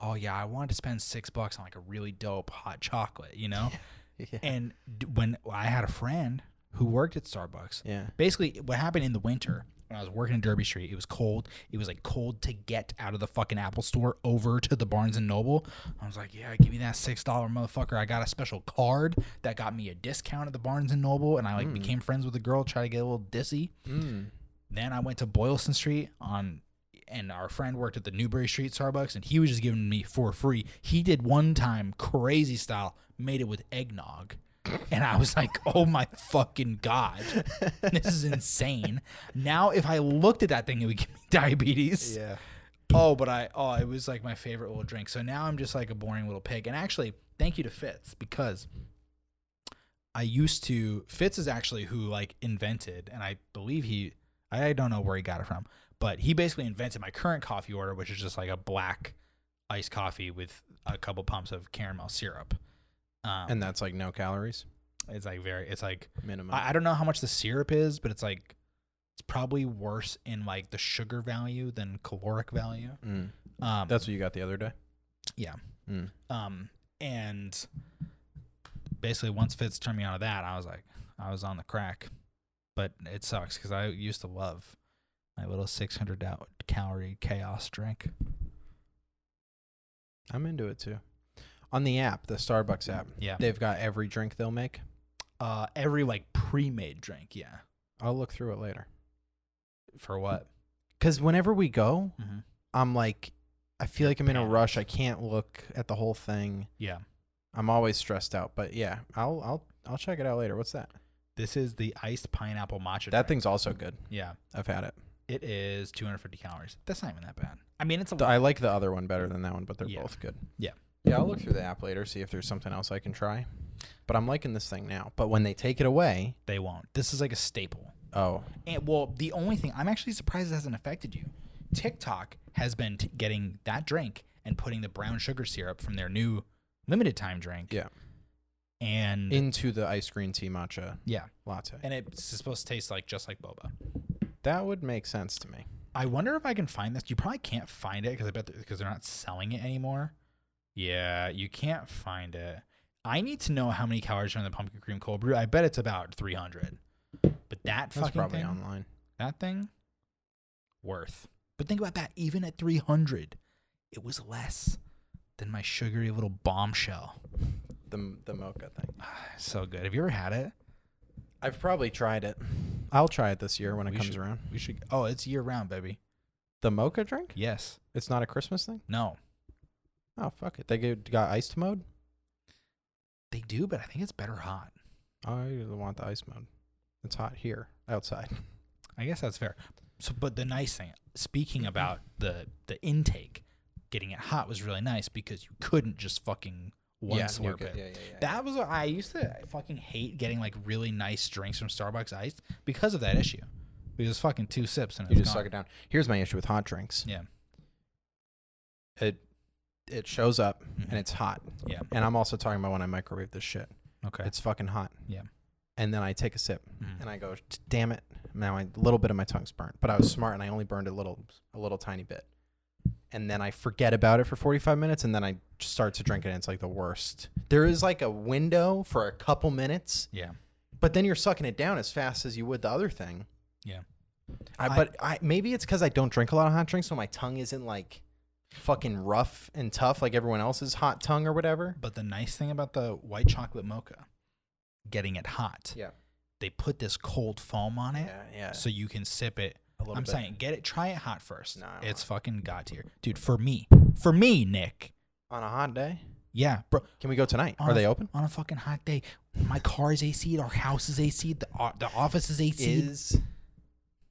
[SPEAKER 2] oh yeah, I wanted to spend six bucks on like a really dope hot chocolate,
[SPEAKER 1] [laughs]
[SPEAKER 2] you know.
[SPEAKER 1] Yeah.
[SPEAKER 2] and d- when I had a friend who worked at Starbucks,
[SPEAKER 1] Yeah.
[SPEAKER 2] basically what happened in the winter when I was working in Derby Street, it was cold. It was like cold to get out of the fucking Apple store over to the Barnes and Noble. I was like, yeah, give me that six dollar motherfucker. I got a special card that got me a discount at the Barnes and Noble, and I like became friends with the girl, try to get a little dissy.
[SPEAKER 1] [laughs] Mm.
[SPEAKER 2] Then I went to Boylston Street on, and our friend worked at the Newbury Street Starbucks, and he was just giving me for free. He did one time crazy style, made it with eggnog, and I was like, "Oh my fucking god, this is insane!" Now, if I looked at that thing, it would give me [laughs] diabetes.
[SPEAKER 1] Yeah.
[SPEAKER 2] Oh, but I oh, it was like my favorite little drink. So now I'm just like a boring little pig. And actually, thank you to Fitz because I used to Fitz is actually who like invented, and I believe he I don't know where he got it from, but he basically invented my current coffee order, which is just like a black iced coffee with a couple pumps of caramel syrup. Um,
[SPEAKER 1] And that's like no calories
[SPEAKER 2] it's like very it's like
[SPEAKER 1] minimum.
[SPEAKER 2] I, I don't know how much the syrup is, but it's like it's probably worse in like the sugar value than caloric value.
[SPEAKER 1] Mm.
[SPEAKER 2] Um,
[SPEAKER 1] That's what you got the other day.
[SPEAKER 2] Yeah.
[SPEAKER 1] Mm.
[SPEAKER 2] Um, and basically, once Fitz turned me on to that, I was like, I was on the crack. But it sucks because I used to love my little 600 dou- calorie chaos drink.
[SPEAKER 1] I'm into it too. On the app, the Starbucks app,
[SPEAKER 2] Yeah.
[SPEAKER 1] they've got every drink they'll make.
[SPEAKER 2] Uh, every like pre made drink. Yeah.
[SPEAKER 1] I'll look through it later.
[SPEAKER 2] For what?
[SPEAKER 1] Because whenever we go,
[SPEAKER 2] Mm-hmm.
[SPEAKER 1] I'm like, I feel like I'm in a
[SPEAKER 2] panicked.
[SPEAKER 1] rush. I can't look at the whole thing.
[SPEAKER 2] Yeah.
[SPEAKER 1] I'm always stressed out. But yeah, I'll I'll I'll check it out later. What's that?
[SPEAKER 2] This is the iced pineapple matcha.
[SPEAKER 1] That
[SPEAKER 2] drink.
[SPEAKER 1] thing's also good.
[SPEAKER 2] Yeah.
[SPEAKER 1] I've had it.
[SPEAKER 2] It is 250 calories. That's not even that bad. I mean, it's a
[SPEAKER 1] Th- I like the other one better than that one, but they're
[SPEAKER 2] Yeah.
[SPEAKER 1] both good.
[SPEAKER 2] Yeah.
[SPEAKER 1] Yeah, I'll look through the app later, see if there's something else I can try. But I'm liking this thing now. But when they take it away,
[SPEAKER 2] They won't. This is like a staple.
[SPEAKER 1] oh,
[SPEAKER 2] And well, the only thing I'm actually surprised it hasn't affected you. TikTok has been t- getting that drink and putting the brown sugar syrup from their new limited time drink.
[SPEAKER 1] Yeah.
[SPEAKER 2] And
[SPEAKER 1] into the ice green tea matcha
[SPEAKER 2] Mm. yeah,
[SPEAKER 1] latte.
[SPEAKER 2] and it's supposed to taste like just like boba.
[SPEAKER 1] That would make sense to me.
[SPEAKER 2] I wonder if I can find this. You probably can't find it because I bet because they're not selling it anymore. Yeah, you can't find it. I need to know how many calories are in the pumpkin cream cold brew. I bet it's about 300. But that
[SPEAKER 1] That's
[SPEAKER 2] fucking
[SPEAKER 1] probably
[SPEAKER 2] thing,
[SPEAKER 1] online.
[SPEAKER 2] that thing worth. But think about that. Even at 300, it was less than my sugary little bombshell.
[SPEAKER 1] The the mocha thing.
[SPEAKER 2] So good. Have you ever had it?
[SPEAKER 1] I've probably tried it. I'll try it this year when it
[SPEAKER 2] We
[SPEAKER 1] comes
[SPEAKER 2] should-
[SPEAKER 1] around.
[SPEAKER 2] We should. Oh, it's year round, baby.
[SPEAKER 1] The mocha drink?
[SPEAKER 2] Yes.
[SPEAKER 1] It's not a Christmas thing?
[SPEAKER 2] No.
[SPEAKER 1] Oh fuck it. They g- got iced mode?
[SPEAKER 2] They do, but I think it's better hot.
[SPEAKER 1] I want the ice mode. It's hot here outside.
[SPEAKER 2] I guess that's fair. So, but the nice thing, speaking about the the intake, getting it hot was really nice because you couldn't just fucking one
[SPEAKER 1] you're
[SPEAKER 2] slurp
[SPEAKER 1] good.
[SPEAKER 2] it.
[SPEAKER 1] yeah, yeah.
[SPEAKER 2] That was what I used to fucking hate getting like really nice drinks from Starbucks iced because of that issue. Because it's fucking two sips and
[SPEAKER 1] You
[SPEAKER 2] it's
[SPEAKER 1] just
[SPEAKER 2] gone.
[SPEAKER 1] suck it down. Here's my issue with hot drinks.
[SPEAKER 2] Yeah.
[SPEAKER 1] It it shows up
[SPEAKER 2] Mhm.
[SPEAKER 1] and it's hot.
[SPEAKER 2] Yeah.
[SPEAKER 1] And I'm also talking about when I microwave this shit.
[SPEAKER 2] Okay.
[SPEAKER 1] It's fucking hot.
[SPEAKER 2] Yeah.
[SPEAKER 1] And then I take a sip
[SPEAKER 2] Mhm.
[SPEAKER 1] and I go, "T- damn it. Now I- a little bit of my tongue's burnt, but I was smart and I only burned a little, a little tiny bit. And then I forget about it for 45 minutes and then I start to drink it and it's like the worst. There is like a window for a couple minutes,
[SPEAKER 2] yeah.
[SPEAKER 1] but then you're sucking it down as fast as you would the other thing.
[SPEAKER 2] Yeah.
[SPEAKER 1] I,
[SPEAKER 2] I-
[SPEAKER 1] but I maybe it's because I don't drink a lot of hot drinks, so my tongue isn't like fucking rough and tough like everyone else's hot tongue or whatever.
[SPEAKER 2] But the nice thing about the white chocolate mocha, getting it hot,
[SPEAKER 1] Yeah.
[SPEAKER 2] they put this cold foam on it
[SPEAKER 1] Yeah, yeah.
[SPEAKER 2] so you can sip it.
[SPEAKER 1] A little
[SPEAKER 2] I'm
[SPEAKER 1] bit.
[SPEAKER 2] saying get it, try it hot first.
[SPEAKER 1] No, I don't
[SPEAKER 2] it's fucking god tier, dude. For me, for me, Nick.
[SPEAKER 1] On a hot day?
[SPEAKER 2] Yeah, bro.
[SPEAKER 1] Can we go tonight?
[SPEAKER 2] On
[SPEAKER 1] Are
[SPEAKER 2] a-
[SPEAKER 1] they open?
[SPEAKER 2] on a fucking hot day? My car is AC. Our house is AC. The o- the office is AC.
[SPEAKER 1] Is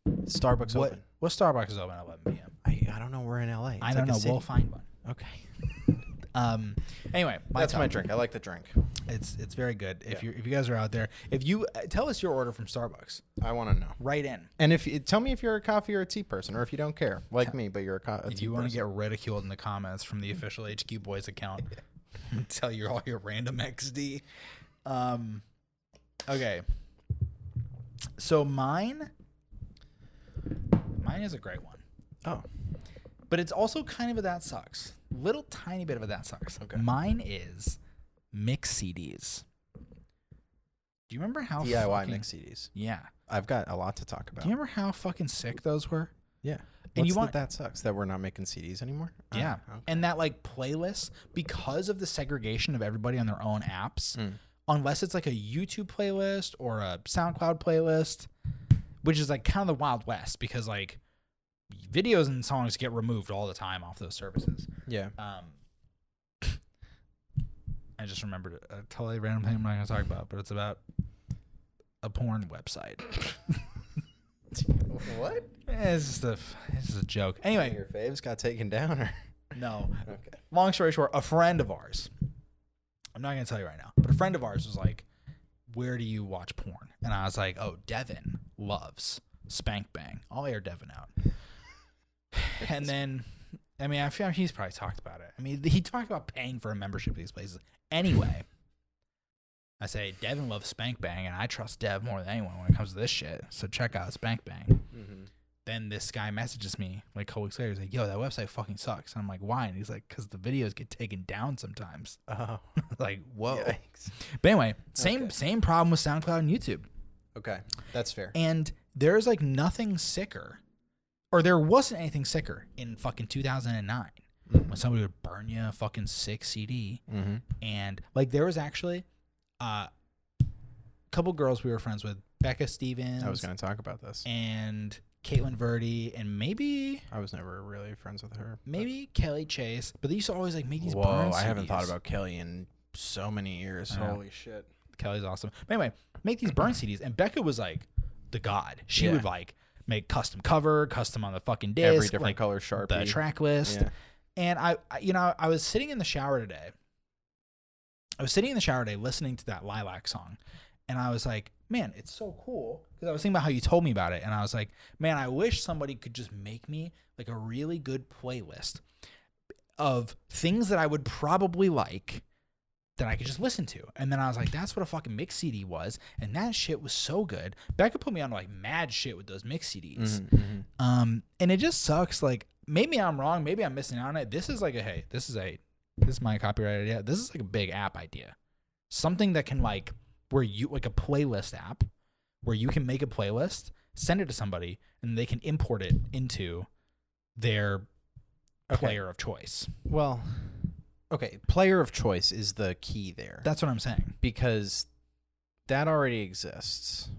[SPEAKER 1] Starbucks
[SPEAKER 2] what
[SPEAKER 1] open?
[SPEAKER 2] what Starbucks is open at 11 p.m.
[SPEAKER 1] I, I don't know. We're in LA. It's
[SPEAKER 2] I don't
[SPEAKER 1] like a
[SPEAKER 2] know.
[SPEAKER 1] city.
[SPEAKER 2] We'll find one.
[SPEAKER 1] okay.
[SPEAKER 2] [laughs] Um. Anyway, my
[SPEAKER 1] That's my
[SPEAKER 2] top.
[SPEAKER 1] drink. I like the drink.
[SPEAKER 2] It's it's very good. If
[SPEAKER 1] Yeah.
[SPEAKER 2] you if you guys are out there, if you uh, tell us your order from Starbucks,
[SPEAKER 1] I want to know.
[SPEAKER 2] right in.
[SPEAKER 1] And if you, tell me if you're a coffee or a tea person, or if you don't care, like me, but you're a, co- a
[SPEAKER 2] If
[SPEAKER 1] tea
[SPEAKER 2] you want
[SPEAKER 1] person.
[SPEAKER 2] to get ridiculed in the comments from the official HQ
[SPEAKER 1] [laughs]
[SPEAKER 2] Boys account, tell you all your random XD. Um, okay. So mine, mine is a great one,
[SPEAKER 1] oh,
[SPEAKER 2] but it's also kind of a that sucks. Little tiny bit of a that sucks. Okay. Mine is mix CDs. Do you remember how
[SPEAKER 1] DIY
[SPEAKER 2] fucking-
[SPEAKER 1] mix Oh. CDs.
[SPEAKER 2] Yeah.
[SPEAKER 1] I've got a lot to talk about.
[SPEAKER 2] Do you remember how fucking sick those were?
[SPEAKER 1] Yeah.
[SPEAKER 2] And
[SPEAKER 1] What's
[SPEAKER 2] you
[SPEAKER 1] the
[SPEAKER 2] want-
[SPEAKER 1] that sucks that we're not making CDs anymore. Oh,
[SPEAKER 2] [laughs] Yeah.
[SPEAKER 1] okay.
[SPEAKER 2] And that like playlist, because of the segregation of everybody on their own apps,
[SPEAKER 1] Hmm.
[SPEAKER 2] unless it's like a YouTube playlist or a SoundCloud playlist, which is like kind of the Wild West because like videos and songs get removed all the time off those services.
[SPEAKER 1] yeah.
[SPEAKER 2] Um, I just remembered a totally random thing I'm not going to talk about, but it's about a porn website.
[SPEAKER 1] [laughs] What?
[SPEAKER 2] Eh, it's just a, it's just a joke. Anyway,
[SPEAKER 1] Your faves got taken down, or
[SPEAKER 2] no,
[SPEAKER 1] okay.
[SPEAKER 2] long story short, a friend of ours, I'm not going to tell you right now, but a friend of ours was like, Where do you watch porn? And I was like, Oh, Devin loves Spank Bang. I'll air Devin out. and then, I mean, I feel he's probably talked about it. I mean, he talked about paying for a membership to these places. Anyway, I say, Devin loves Spank Bang, and I trust Dev more than anyone when it comes to this shit. So check out Spank Bang
[SPEAKER 1] Mm-hmm.
[SPEAKER 2] then this guy messages me like a couple weeks later. He's like, "Yo, that website fucking sucks." And I'm like, "Why?" And he's like, "Cause the videos get taken down sometimes." [laughs]
[SPEAKER 1] [laughs] Oh,
[SPEAKER 2] like, whoa.
[SPEAKER 1] yikes.
[SPEAKER 2] But anyway, same
[SPEAKER 1] Okay.
[SPEAKER 2] same problem with SoundCloud and YouTube.
[SPEAKER 1] Okay, that's fair.
[SPEAKER 2] And there's like nothing sicker, or there wasn't anything sicker in fucking 2009 when somebody would burn you a fucking sick CD.
[SPEAKER 1] Mm-hmm.
[SPEAKER 2] And like, there was actually uh, a couple girls we were friends with, Becca Stevens
[SPEAKER 1] I was going to talk about this.
[SPEAKER 2] and Caitlin Verdi, and maybe
[SPEAKER 1] I was never really friends with her. but-
[SPEAKER 2] Maybe Kelly Chase, but they used to always like make these.
[SPEAKER 1] Whoa,
[SPEAKER 2] burn
[SPEAKER 1] I haven't thought
[SPEAKER 2] CDs.
[SPEAKER 1] about Kelly in so many years.
[SPEAKER 2] I know.
[SPEAKER 1] Holy shit.
[SPEAKER 2] Kelly's awesome. But anyway, make these
[SPEAKER 1] [clears throat]
[SPEAKER 2] burn CDs, and Becca was like the god. She
[SPEAKER 1] Yeah.
[SPEAKER 2] would like make custom cover, custom on the fucking disc,
[SPEAKER 1] Every different
[SPEAKER 2] like
[SPEAKER 1] color
[SPEAKER 2] the
[SPEAKER 1] sharpie.
[SPEAKER 2] track list.
[SPEAKER 1] Yeah.
[SPEAKER 2] And I, I, you know, I was sitting in the shower today. I was sitting in the shower today listening to that Lilac song, and I was like, man, it's so cool. Because I was thinking about how you told me about it, and I was like, man, I wish somebody could just make me like a really good playlist of things that I would probably like that I could just listen to. And then I was like, that's what a fucking mix CD was, and that shit was so good. Becca put me on like mad shit with those mix CDs.
[SPEAKER 1] Mhm, mhm.
[SPEAKER 2] Um, and it just sucks. Like, maybe I'm wrong. Maybe I'm missing out on it. This is like a hey, this is a this is my copyright idea. This is like a big app idea, something that can like where you like a playlist app where you can make a playlist, send it to somebody, and they can import it into their
[SPEAKER 1] Okay.
[SPEAKER 2] player of choice.
[SPEAKER 1] Well, okay. Player of choice is the key there
[SPEAKER 2] That's what I'm saying.
[SPEAKER 1] because that already exists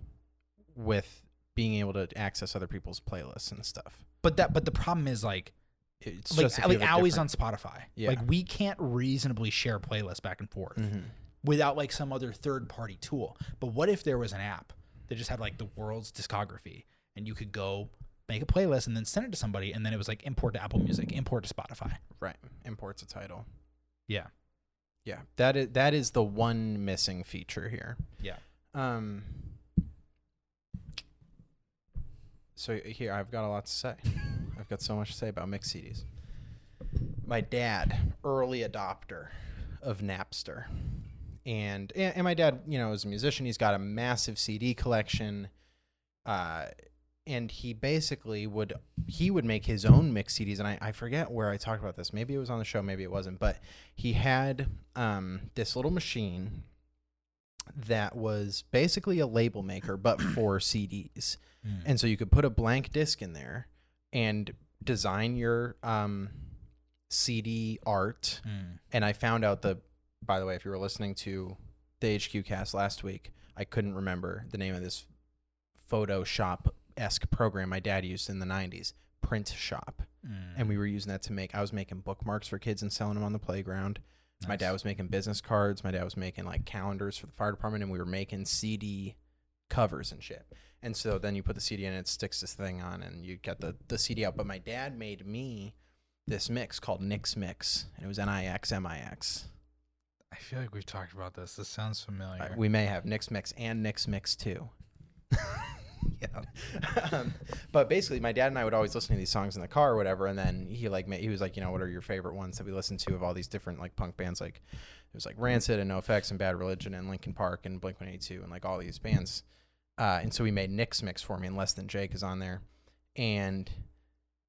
[SPEAKER 1] with being able to access other people's playlists and stuff.
[SPEAKER 2] But that but the problem is like
[SPEAKER 1] It's
[SPEAKER 2] like,
[SPEAKER 1] just if you
[SPEAKER 2] like
[SPEAKER 1] have a
[SPEAKER 2] Owie's on
[SPEAKER 1] different-
[SPEAKER 2] Spotify.
[SPEAKER 1] Yeah.
[SPEAKER 2] Like we can't reasonably share playlists back and forth.
[SPEAKER 1] Mhm.
[SPEAKER 2] without like some other third party tool. But what if there was an app that just had like the world's discography and you could go make a playlist and then send it to somebody and then it was like import to Apple Music, import to Spotify.
[SPEAKER 1] right imports a title.
[SPEAKER 2] Yeah.
[SPEAKER 1] Yeah, that is that is the one missing feature here.
[SPEAKER 2] Yeah.
[SPEAKER 1] Um. So here, I've got a lot to say. I've got so much to say about mix CDs. My dad, early adopter of Napster, and and, and my dad, you know, is a musician. He's got a massive CD collection. Uh, and he basically would he would make his own mix CDs, and I, I forget where I talked about this. Maybe it was on the show, maybe it wasn't. But he had um, this little machine that was basically a label maker, but for CDs. And so you could put a blank disc in there and design your um, CD art and I found out the by the way, if you were listening to the HQ cast last week, I I couldn't remember the name of this Photoshop esque program my dad used in the 90s, Print Shop.
[SPEAKER 2] Hmm.
[SPEAKER 1] And we were using that to make, I was making bookmarks for kids and selling them on the playground. My dad was making business cards. My dad was making like calendars for the fire department, and we were making CD covers and shit. And so then you put the CD in, it sticks this thing on, and you get the the CD out. But my dad made me this mix called Nix Mix, and it was N I X M I X.
[SPEAKER 2] I feel like we've talked about this. This sounds familiar.
[SPEAKER 1] We may have Nix Mix and Nix Mix too. yeah. um, but basically, my dad and I would always listen to these songs in the car or whatever. And then he like ma- he was like, you know, what are your favorite ones that we listen to of all these different like punk bands? Like it was like Rancid and NoFX and Bad Religion and Linkin Park and Blink One Eighty Two and like all these bands. Uh, and so he made Nick's mix for me, and Less Than Jake is on there. And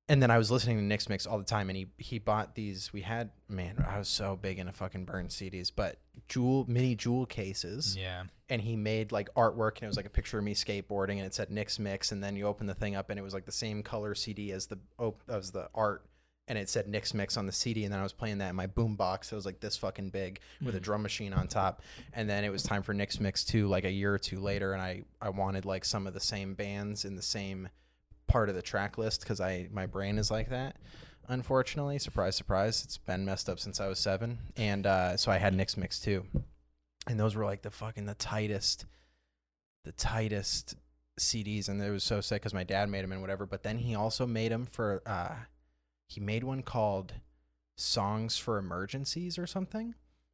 [SPEAKER 1] and then I was listening to Nick's mix all the time, and he he bought these. We had man, I was so big into fucking burn CDs, but jewel mini jewel cases
[SPEAKER 2] yeah.
[SPEAKER 1] and he made like artwork and it was like a picture of me skateboarding and it said Nick's Mix and then you open the thing up and it was like the same color CD as the op- as the art and it said Nick's Mix on the CD and then I was playing that in my boombox it was like this fucking big with a drum machine on top and then it was time for Nick's Mix 2 like a year or two later and I I wanted like some of the same bands in the same part of the track list cuz I my brain is like that unfortunately surprise surprise it's been messed up since I was 7 and uh, so I had Nick's Mix 2 and those were like the fucking the tightest the tightest CDs and it was so sick cuz my dad made them and whatever but then he also made them for uh he made one called Songs for Emergencies or something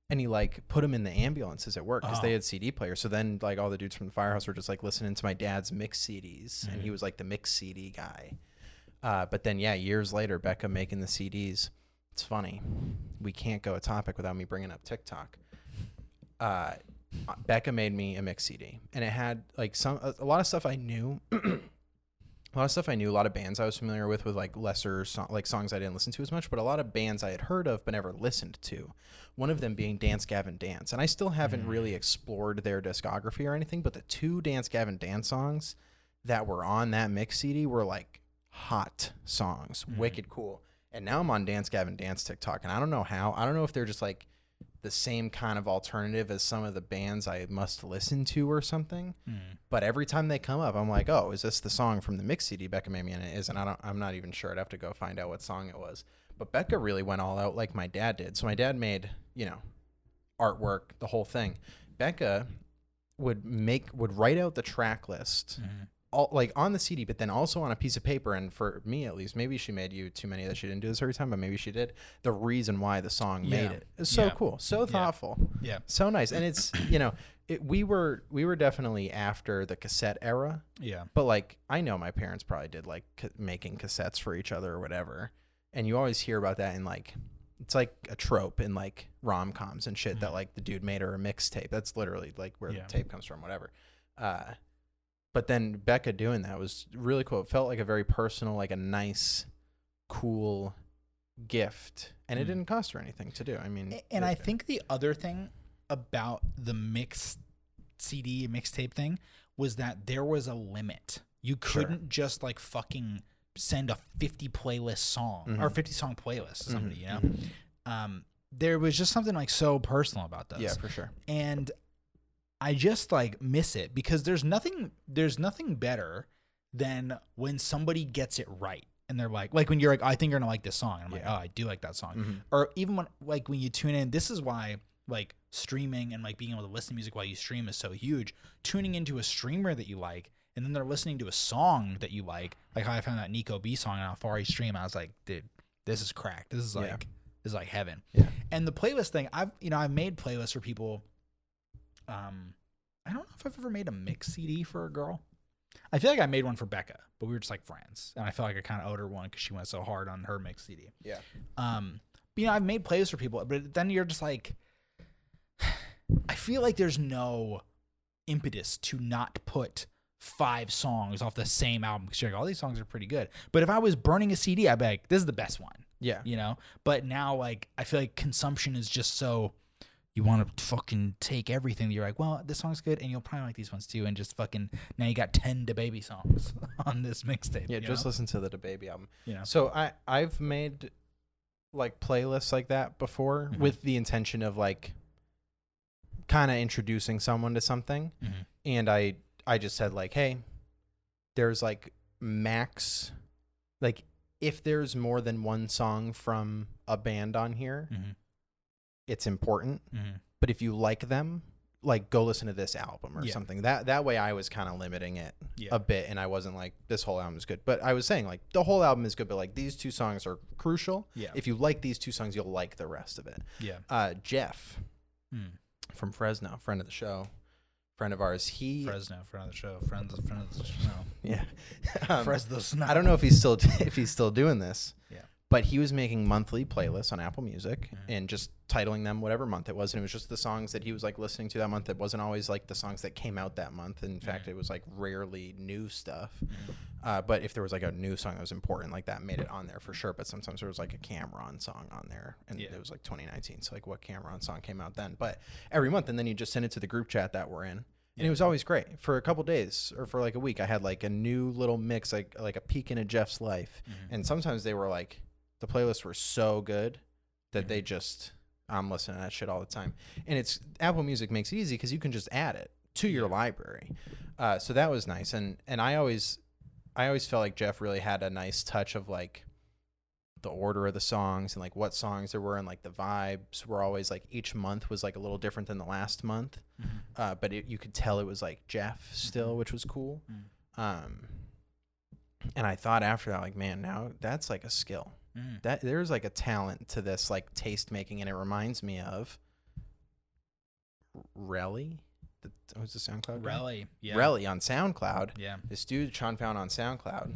[SPEAKER 1] and he like put them in the ambulances at work cuz
[SPEAKER 2] Oh.
[SPEAKER 1] they had CD players so then like all the dudes from the firehouse were just like listening to my dad's mix CDs and he was like the mix CD guy uh but then yeah years later Becca making the CDs it's funny we can't go a topic without me bringing up TikTok uh, Becca made me a mix CD, and it had like some a, a lot of stuff I knew, a lot of stuff I knew, a lot of bands I was familiar with, with like lesser song, like songs I didn't listen to as much, but a lot of bands I had heard of but never listened to. One of them being Dance Gavin Dance, and I still haven't really explored their discography or anything, but the two Dance Gavin Dance songs that were on that mix CD were like hot songs, wicked cool. And now I'm on Dance Gavin Dance TikTok, and I don't know how. I don't know if they're just like the same kind of alternative as some of the bands I must listen to or something. But every time they come up, I'm like, oh, is this the song from the mix CD Becca made me? And it is, and I don't, I'm not even sure. I'd have to go find out what song it was. But Becca really went all out like my dad did. So my dad made, you know, artwork, the whole thing. Becca would make would write out the track list all like on the CD, but then also on a piece of paper. And for me at least, maybe she made you too many that she didn't do this every time, but maybe she did. The reason why the song
[SPEAKER 2] Yeah.
[SPEAKER 1] made it. It's so
[SPEAKER 2] Yeah.
[SPEAKER 1] cool, so thoughtful,
[SPEAKER 2] Yeah.
[SPEAKER 1] so nice. And it's you know, it, we were we were definitely after the cassette era,
[SPEAKER 2] Yeah.
[SPEAKER 1] but like I know my parents probably did like ca- making cassettes for each other or whatever. And you always hear about that in like it's like a trope in like rom coms and shit that like the dude made her a mixtape. That's literally like where
[SPEAKER 2] Mm-hmm. Yeah.
[SPEAKER 1] the tape comes from, whatever. Uh, but then Becca doing that was really cool. It felt like a very personal, like a nice, cool gift, and it
[SPEAKER 2] Mm.
[SPEAKER 1] didn't cost her anything to do. I mean,
[SPEAKER 2] A- And I
[SPEAKER 1] it-
[SPEAKER 2] think the other thing about the mix CD and mixtape thing was that there was a limit. You
[SPEAKER 1] Sure.
[SPEAKER 2] couldn't just like fucking send a 50 playlist song
[SPEAKER 1] Mm-hmm.
[SPEAKER 2] or 50 song playlist to somebody, you know? Um, there was just something like so personal about those.
[SPEAKER 1] yeah, for sure.
[SPEAKER 2] And I just like miss it because there's nothing there's nothing better than when somebody gets it right. And they're like, like when you're like, I think you're gonna like this song. And I'm
[SPEAKER 1] Yeah.
[SPEAKER 2] like, oh, I do like that song
[SPEAKER 1] Mhm.
[SPEAKER 2] or even when like when you tune in this is why like streaming and like being able to listen to music while you stream is so huge tuning into a streamer that you like and then they're listening to a song that you like like how i found that nico b song on far east stream i was like dude this is crack this is
[SPEAKER 1] Yeah.
[SPEAKER 2] like this is like heaven
[SPEAKER 1] Yeah.
[SPEAKER 2] and the playlist thing i've you know i've made playlists for people um i don't know if i've ever made a mix cd for a girl i feel like i made one for becca but we were just like friends and i felt like i kind of owed her one because she went so hard on her mix cd
[SPEAKER 1] Yeah.
[SPEAKER 2] um, but, you know, I've made plays for people, but then you're just like, [sighs] I feel like there's no impetus to not put five songs off the same album because you're like, all these songs are pretty good. But if I was burning a CD, I'd be like, this is the best one,
[SPEAKER 1] Yeah.
[SPEAKER 2] you know? But now, like, I feel like consumption is just so. You want to fucking take everything. You're like, well, this song's good, and you'll probably like these ones too, and just fucking now you got ten to baby songs [laughs] on this mixtape.
[SPEAKER 1] Yeah,
[SPEAKER 2] you
[SPEAKER 1] just
[SPEAKER 2] know?
[SPEAKER 1] listen to the DaBaby album.
[SPEAKER 2] You know?
[SPEAKER 1] So I I've made like playlists like that before
[SPEAKER 2] Mhm.
[SPEAKER 1] with the intention of like kind of introducing someone to something,
[SPEAKER 2] Mhm.
[SPEAKER 1] and I I just said like, hey, there's like max, like if there's more than one song from a band on here,
[SPEAKER 2] Mhm.
[SPEAKER 1] it's important.
[SPEAKER 2] Mhm.
[SPEAKER 1] But if you like them, like go listen to this album or
[SPEAKER 2] Yeah.
[SPEAKER 1] something. That that way I was kind of limiting it
[SPEAKER 2] Yeah.
[SPEAKER 1] a bit, and I wasn't like this whole album is good. But I was saying like the whole album is good, but like these two songs are crucial.
[SPEAKER 2] Yeah.
[SPEAKER 1] If you like these two songs, you'll like the rest of it.
[SPEAKER 2] Yeah.
[SPEAKER 1] Uh, Jeff
[SPEAKER 2] Mm.
[SPEAKER 1] from Fresno, friend of the show, friend of ours. He
[SPEAKER 2] Fresno, friend of the show. Friends, friend of the snow.
[SPEAKER 1] [laughs]
[SPEAKER 2] [laughs]
[SPEAKER 1] yeah. Um,
[SPEAKER 2] Fresno snow.
[SPEAKER 1] I don't know if he's still [laughs] if he's still doing this.
[SPEAKER 2] Yeah.
[SPEAKER 1] But he was making monthly playlists on Apple Music
[SPEAKER 2] Mhm.
[SPEAKER 1] and just titling them whatever month it was, and it was just the songs that he was like listening to that month. It wasn't always like the songs that came out that month. In fact,
[SPEAKER 2] Mhm.
[SPEAKER 1] it was like rarely new stuff.
[SPEAKER 2] Mhm.
[SPEAKER 1] Uh, but if there was like a new song that was important, like that made it on there for sure. But sometimes there was like a Cameron song on there, and
[SPEAKER 2] Yeah.
[SPEAKER 1] it was like 2019. So like, what Cameron song came out then? But every month, and then you just send it to the group chat that we're in, and it was always great. For a couple days or for like a week, I had like a new little mix, like like a peek into Jeff's life.
[SPEAKER 2] Mhm.
[SPEAKER 1] And sometimes they were like, the playlists were so good that they just I'm listening to that shit all the time. And it's Apple Music makes it easy because you can just add it to your library. Uh, so that was nice. And and I always I always felt like Jeff really had a nice touch of like the order of the songs and like what songs there were and like the vibes were always like each month was like a little different than the last month.
[SPEAKER 2] Mhm.
[SPEAKER 1] Uh, but it, you could tell it was like Jeff still, which was cool.
[SPEAKER 2] Mm.
[SPEAKER 1] Um, and I thought after that, like, man, now that's like a skill
[SPEAKER 2] Mhm.
[SPEAKER 1] that there's like a talent to this like taste making and it reminds me of Relly that was the SoundCloud guy?
[SPEAKER 2] Rally. Yeah.
[SPEAKER 1] Relly on SoundCloud
[SPEAKER 2] Yeah.
[SPEAKER 1] this dude Sean found on SoundCloud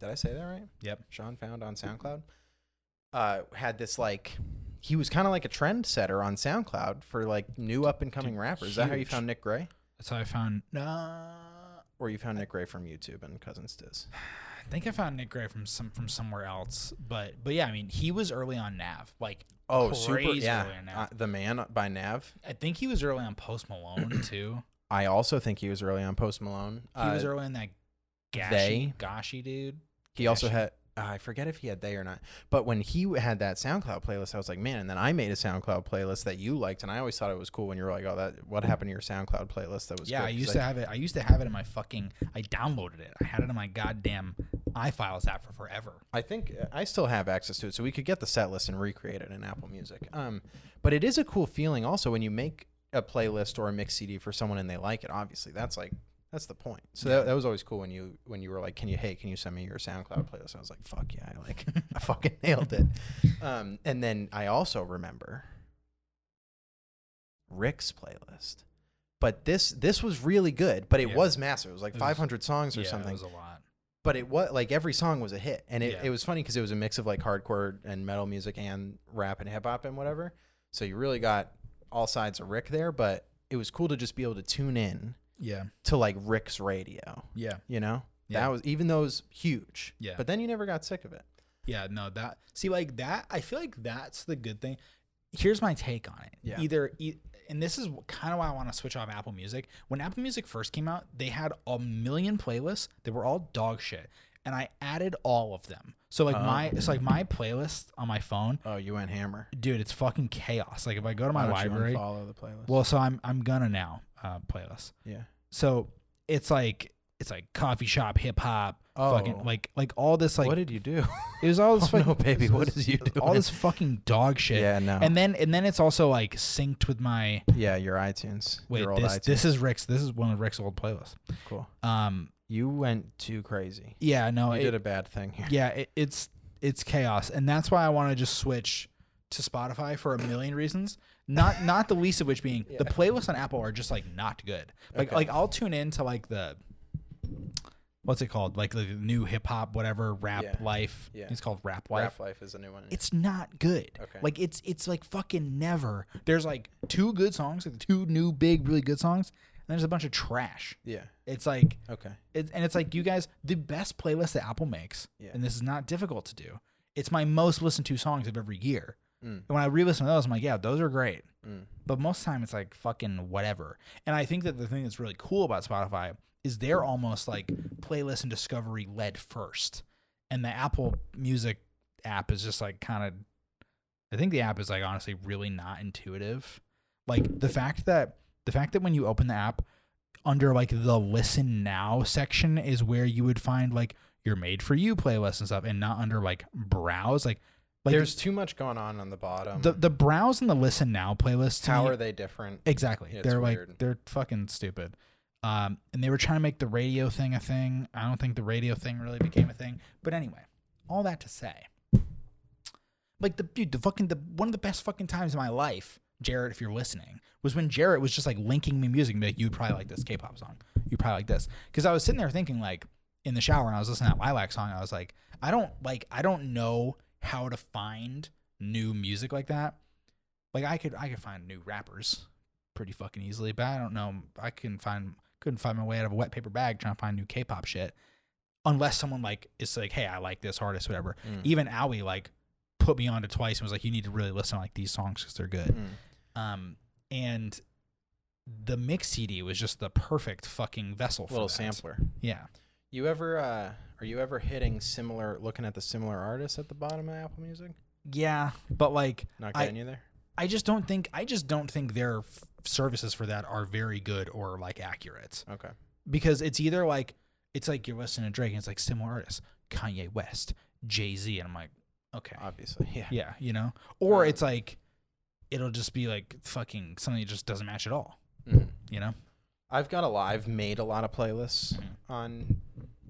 [SPEAKER 1] did I say that right
[SPEAKER 2] Yep.
[SPEAKER 1] Sean found on SoundCloud uh had this like he was kind of like a trend setter on SoundCloud for like new up and coming
[SPEAKER 2] Dude,
[SPEAKER 1] rappers is that how you
[SPEAKER 2] huge.
[SPEAKER 1] found Nick Gray
[SPEAKER 2] That's how I found. No, I
[SPEAKER 1] or you found Nick Gray from YouTube and Cousins Diz
[SPEAKER 2] think I found Nick Gray from some from somewhere else. But but yeah, I mean, he was early on Nav. Like
[SPEAKER 1] oh super
[SPEAKER 2] Crazy
[SPEAKER 1] yeah
[SPEAKER 2] early on Nav.
[SPEAKER 1] uh, the man by Nav
[SPEAKER 2] I think he was early on
[SPEAKER 1] [clears throat]
[SPEAKER 2] Post Malone too.
[SPEAKER 1] I also think he was early on Post Malone
[SPEAKER 2] He was
[SPEAKER 1] Uh,
[SPEAKER 2] early on that
[SPEAKER 1] they-
[SPEAKER 2] gashy, goshy dude.
[SPEAKER 1] He also
[SPEAKER 2] Gotcha.
[SPEAKER 1] had I forget if he had they or not, but when he had that SoundCloud playlist, I was like, man. And then I made a SoundCloud playlist that you liked, and I always thought it was cool when you were like, oh, that what happened to your SoundCloud playlist that was
[SPEAKER 2] Mm. Yeah,
[SPEAKER 1] good?
[SPEAKER 2] I
[SPEAKER 1] 'Cause
[SPEAKER 2] used to have it. I used to have it in my fucking. I downloaded it. I had it in my goddamn iFiles app for forever.
[SPEAKER 1] I think uh, I still have access to it, so we could get the set list and recreate it in Apple Music. Um, but it is a cool feeling also when you make a playlist or a mix CD for someone and they like it. Obviously, that's like that's the point. So that, that was always cool when you when you were like, "Can you hey, can you send me your SoundCloud playlist?" I was like, "Fuck yeah!" I like I [laughs] fucking nailed it. Um, and then I also remember Rick's playlist. But this this was really good, but it
[SPEAKER 2] Yeah.
[SPEAKER 1] was massive. It was like
[SPEAKER 2] It was-
[SPEAKER 1] 500 songs or
[SPEAKER 2] yeah,
[SPEAKER 1] something
[SPEAKER 2] it was a lot.
[SPEAKER 1] but it was like every song was a hit and it,
[SPEAKER 2] Yeah.
[SPEAKER 1] it was funny because it was a mix of like hardcore and metal music and rap and hip-hop and whatever so you really got all sides of rick there but it was cool to just be able to tune in
[SPEAKER 2] Yeah,
[SPEAKER 1] to like rick's radio
[SPEAKER 2] yeah,
[SPEAKER 1] you know
[SPEAKER 2] Yeah.
[SPEAKER 1] that was even though it was huge
[SPEAKER 2] Yeah.
[SPEAKER 1] but then you never got sick of it
[SPEAKER 2] yeah. No, that. See, like that. I feel like that's the good thing. Here's my take on it.
[SPEAKER 1] Yeah.
[SPEAKER 2] Either, e- and this is kind of why I want to switch off Apple Music. When Apple Music first came out, they had a million playlists. They were all dog shit, and I added all of them. So like my, it's like my playlist on my phone.
[SPEAKER 1] oh you went hammer
[SPEAKER 2] dude, it's fucking chaos. Like if I go to
[SPEAKER 1] Why
[SPEAKER 2] my
[SPEAKER 1] don't you
[SPEAKER 2] library,
[SPEAKER 1] unfollow the playlist
[SPEAKER 2] well, so I'm I'm gonna now uh, playlist.
[SPEAKER 1] yeah
[SPEAKER 2] So it's like it's like coffee shop hip hop,
[SPEAKER 1] Oh.
[SPEAKER 2] fucking like like all this like
[SPEAKER 1] what did you [laughs] do
[SPEAKER 2] it was all this
[SPEAKER 1] oh
[SPEAKER 2] fucking
[SPEAKER 1] no baby
[SPEAKER 2] it was- [laughs]
[SPEAKER 1] what is you [laughs] doing
[SPEAKER 2] all this fucking dog shit.
[SPEAKER 1] yeah no
[SPEAKER 2] And then and then it's also like synced with my
[SPEAKER 1] yeah your itunes
[SPEAKER 2] wait
[SPEAKER 1] your old
[SPEAKER 2] this
[SPEAKER 1] itunes
[SPEAKER 2] this is Rick's this is one of Rick's old playlists.
[SPEAKER 1] cool
[SPEAKER 2] Um
[SPEAKER 1] you went too crazy
[SPEAKER 2] yeah no
[SPEAKER 1] you
[SPEAKER 2] it,
[SPEAKER 1] did a bad thing here
[SPEAKER 2] yeah it, it's it's chaos and that's why i want to just switch to spotify for a million reasons not [laughs] not the least of which being the playlists on apple are just like not good like
[SPEAKER 1] Okay.
[SPEAKER 2] like i'll tune in to like the what's it called like the new hip-hop whatever rap
[SPEAKER 1] Yeah.
[SPEAKER 2] life
[SPEAKER 1] Yeah.
[SPEAKER 2] it's called rap life
[SPEAKER 1] Rap Life is a new one.
[SPEAKER 2] it's not good.
[SPEAKER 1] Okay.
[SPEAKER 2] Like it's it's like fucking never. There's like two good songs, like two new big really good songs, and there's a bunch of trash.
[SPEAKER 1] yeah.
[SPEAKER 2] It's like
[SPEAKER 1] Okay.
[SPEAKER 2] it, and it's like you guys the best playlist that apple makes
[SPEAKER 1] Yeah.
[SPEAKER 2] and this is not difficult to do it's my most listened to songs of every year
[SPEAKER 1] Mm.
[SPEAKER 2] and when i re-listen to those i'm like yeah those are great but most of the time it's like fucking whatever and i think that the thing that's really cool about spotify is they're almost like playlist and discovery led first and the apple music app is just like kind of i think the app is like honestly really not intuitive Like the fact that the fact that when you open the app under like the listen now section is where you would find like your made for you playlists and stuff and not under like browse like like
[SPEAKER 1] There's too much going on on the bottom.
[SPEAKER 2] the the browse and the listen now playlists to
[SPEAKER 1] How
[SPEAKER 2] me-
[SPEAKER 1] are they different?
[SPEAKER 2] Exactly.
[SPEAKER 1] Yeah, it's
[SPEAKER 2] they're
[SPEAKER 1] weird.
[SPEAKER 2] like they're fucking stupid. Um, and they were trying to make the radio thing a thing. I don't think the radio thing really became a thing. But anyway, all that to say, like the dude, the fucking the one of the best fucking times of my life, Jarrett, if you're listening, was when Jarrett was just like linking me music. and be Like you'd probably like this K-pop song. You probably like this because I was sitting there thinking like in the shower and I was listening to that Lilac song. I was like, I don't like I don't know how to find new music like that. Like I could I could find new rappers pretty fucking easily, but I don't know. I couldn't find couldn't find my way out of a wet paper bag trying to find new K-pop shit, unless someone like is like, hey, I like this artist, whatever.
[SPEAKER 1] Mm.
[SPEAKER 2] Even Owie like put me on to twice and was like, you need to really listen to like these songs because they're good.
[SPEAKER 1] Mm.
[SPEAKER 2] Um, and the mix CD was just the perfect fucking vessel for
[SPEAKER 1] Little
[SPEAKER 2] that.
[SPEAKER 1] sampler.
[SPEAKER 2] Yeah,
[SPEAKER 1] You ever uh, are you ever hitting similar? Looking at the similar artists at the bottom of Apple Music?
[SPEAKER 2] yeah, but like
[SPEAKER 1] Not
[SPEAKER 2] I-
[SPEAKER 1] getting you there.
[SPEAKER 2] I just don't think I just don't think their f- services for that are very good or like accurate.
[SPEAKER 1] Okay.
[SPEAKER 2] because it's either like it's like you're listening to Drake and it's like similar artists, Kanye West, Jay Z, and I'm like, okay,
[SPEAKER 1] Obviously. Yeah.
[SPEAKER 2] yeah, you know, or
[SPEAKER 1] Uh,
[SPEAKER 2] it's like it'll just be like fucking something that just doesn't match at all,
[SPEAKER 1] Mhm.
[SPEAKER 2] you know.
[SPEAKER 1] I've got a lot. I've made a lot of playlists
[SPEAKER 2] Mhm.
[SPEAKER 1] on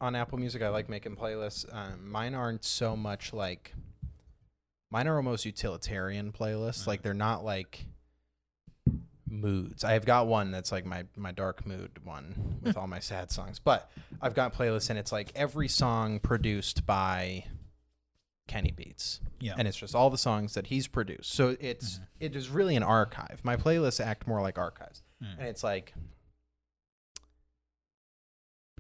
[SPEAKER 1] on Apple Music. I like making playlists. Um, mine aren't so much like mine are almost utilitarian playlists. Like they're not like moods. I've got one that's like my my dark mood one with all my sad songs. But I've got playlists and it's like every song produced by Kenny Beats.
[SPEAKER 2] Yeah.
[SPEAKER 1] And it's just all the songs that he's produced. So it's it is really an archive. My playlists act more like archives.
[SPEAKER 2] Mm.
[SPEAKER 1] And it's like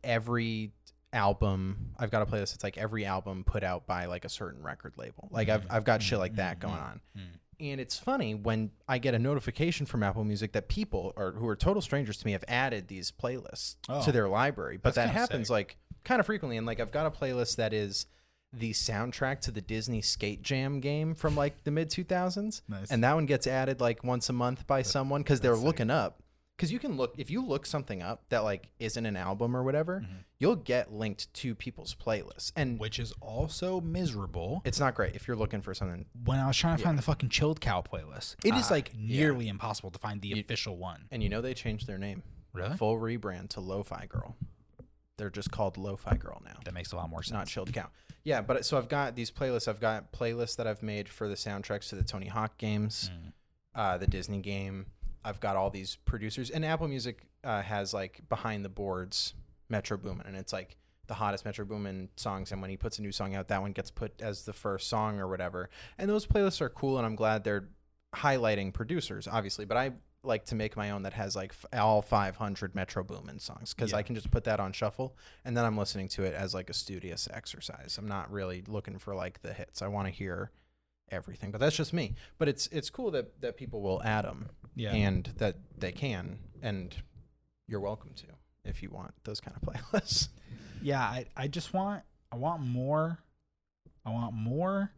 [SPEAKER 1] every album I've got a playlist it's like every album put out by like a certain record label. Like I've I've got shit like that going on.
[SPEAKER 2] Hmm.
[SPEAKER 1] And it's funny when I get a notification from Apple Music that people are who are total strangers to me have added these playlists
[SPEAKER 2] Oh.
[SPEAKER 1] to their library. But that
[SPEAKER 2] kinda
[SPEAKER 1] happens
[SPEAKER 2] sick.
[SPEAKER 1] like kind of frequently. And like I've got a playlist that is the soundtrack to the Disney Skate Jam game from like the mid 2000s.
[SPEAKER 2] Nice.
[SPEAKER 1] And that one gets added like once a month by someone because they're looking up. Because you can look, if you look something up that like isn't an album or whatever,
[SPEAKER 2] Mm-hmm.
[SPEAKER 1] you'll get linked to people's playlists. And
[SPEAKER 2] Which is also miserable.
[SPEAKER 1] it's not great if you're looking for something
[SPEAKER 2] When I was trying to find the fucking chilled cow playlist, it is like nearly impossible to find the official one.
[SPEAKER 1] And Uh, you know they changed their name.
[SPEAKER 2] Really?
[SPEAKER 1] Full rebrand to Lo-Fi Girl. They're just called Lo-Fi Girl now.
[SPEAKER 2] That makes a lot more sense.
[SPEAKER 1] Not Chilled Cow. Yeah, but so I've got these playlists. I've got playlists that I've made for the soundtracks to the Tony Hawk games, uh, the Disney game. I've got all these producers, and Apple Music uh, has like behind the boards Metro Boomin, and it's like the hottest Metro Boomin songs. And when he puts a new song out, that one gets put as the first song or whatever. And those playlists are cool, and I'm glad they're highlighting producers, obviously. But I like to make my own that has like f- all 500 Metro Boomin songs because I can just put that on shuffle, and then I'm listening to it as like a studious exercise. I'm not really looking for like the hits. I want to hear everything, but that's just me. But it's it's cool that that people will add them
[SPEAKER 2] Yeah.
[SPEAKER 1] and that they can, and you're welcome to if you want those kind of [laughs] playlists.
[SPEAKER 2] yeah I, I just want i want more i want more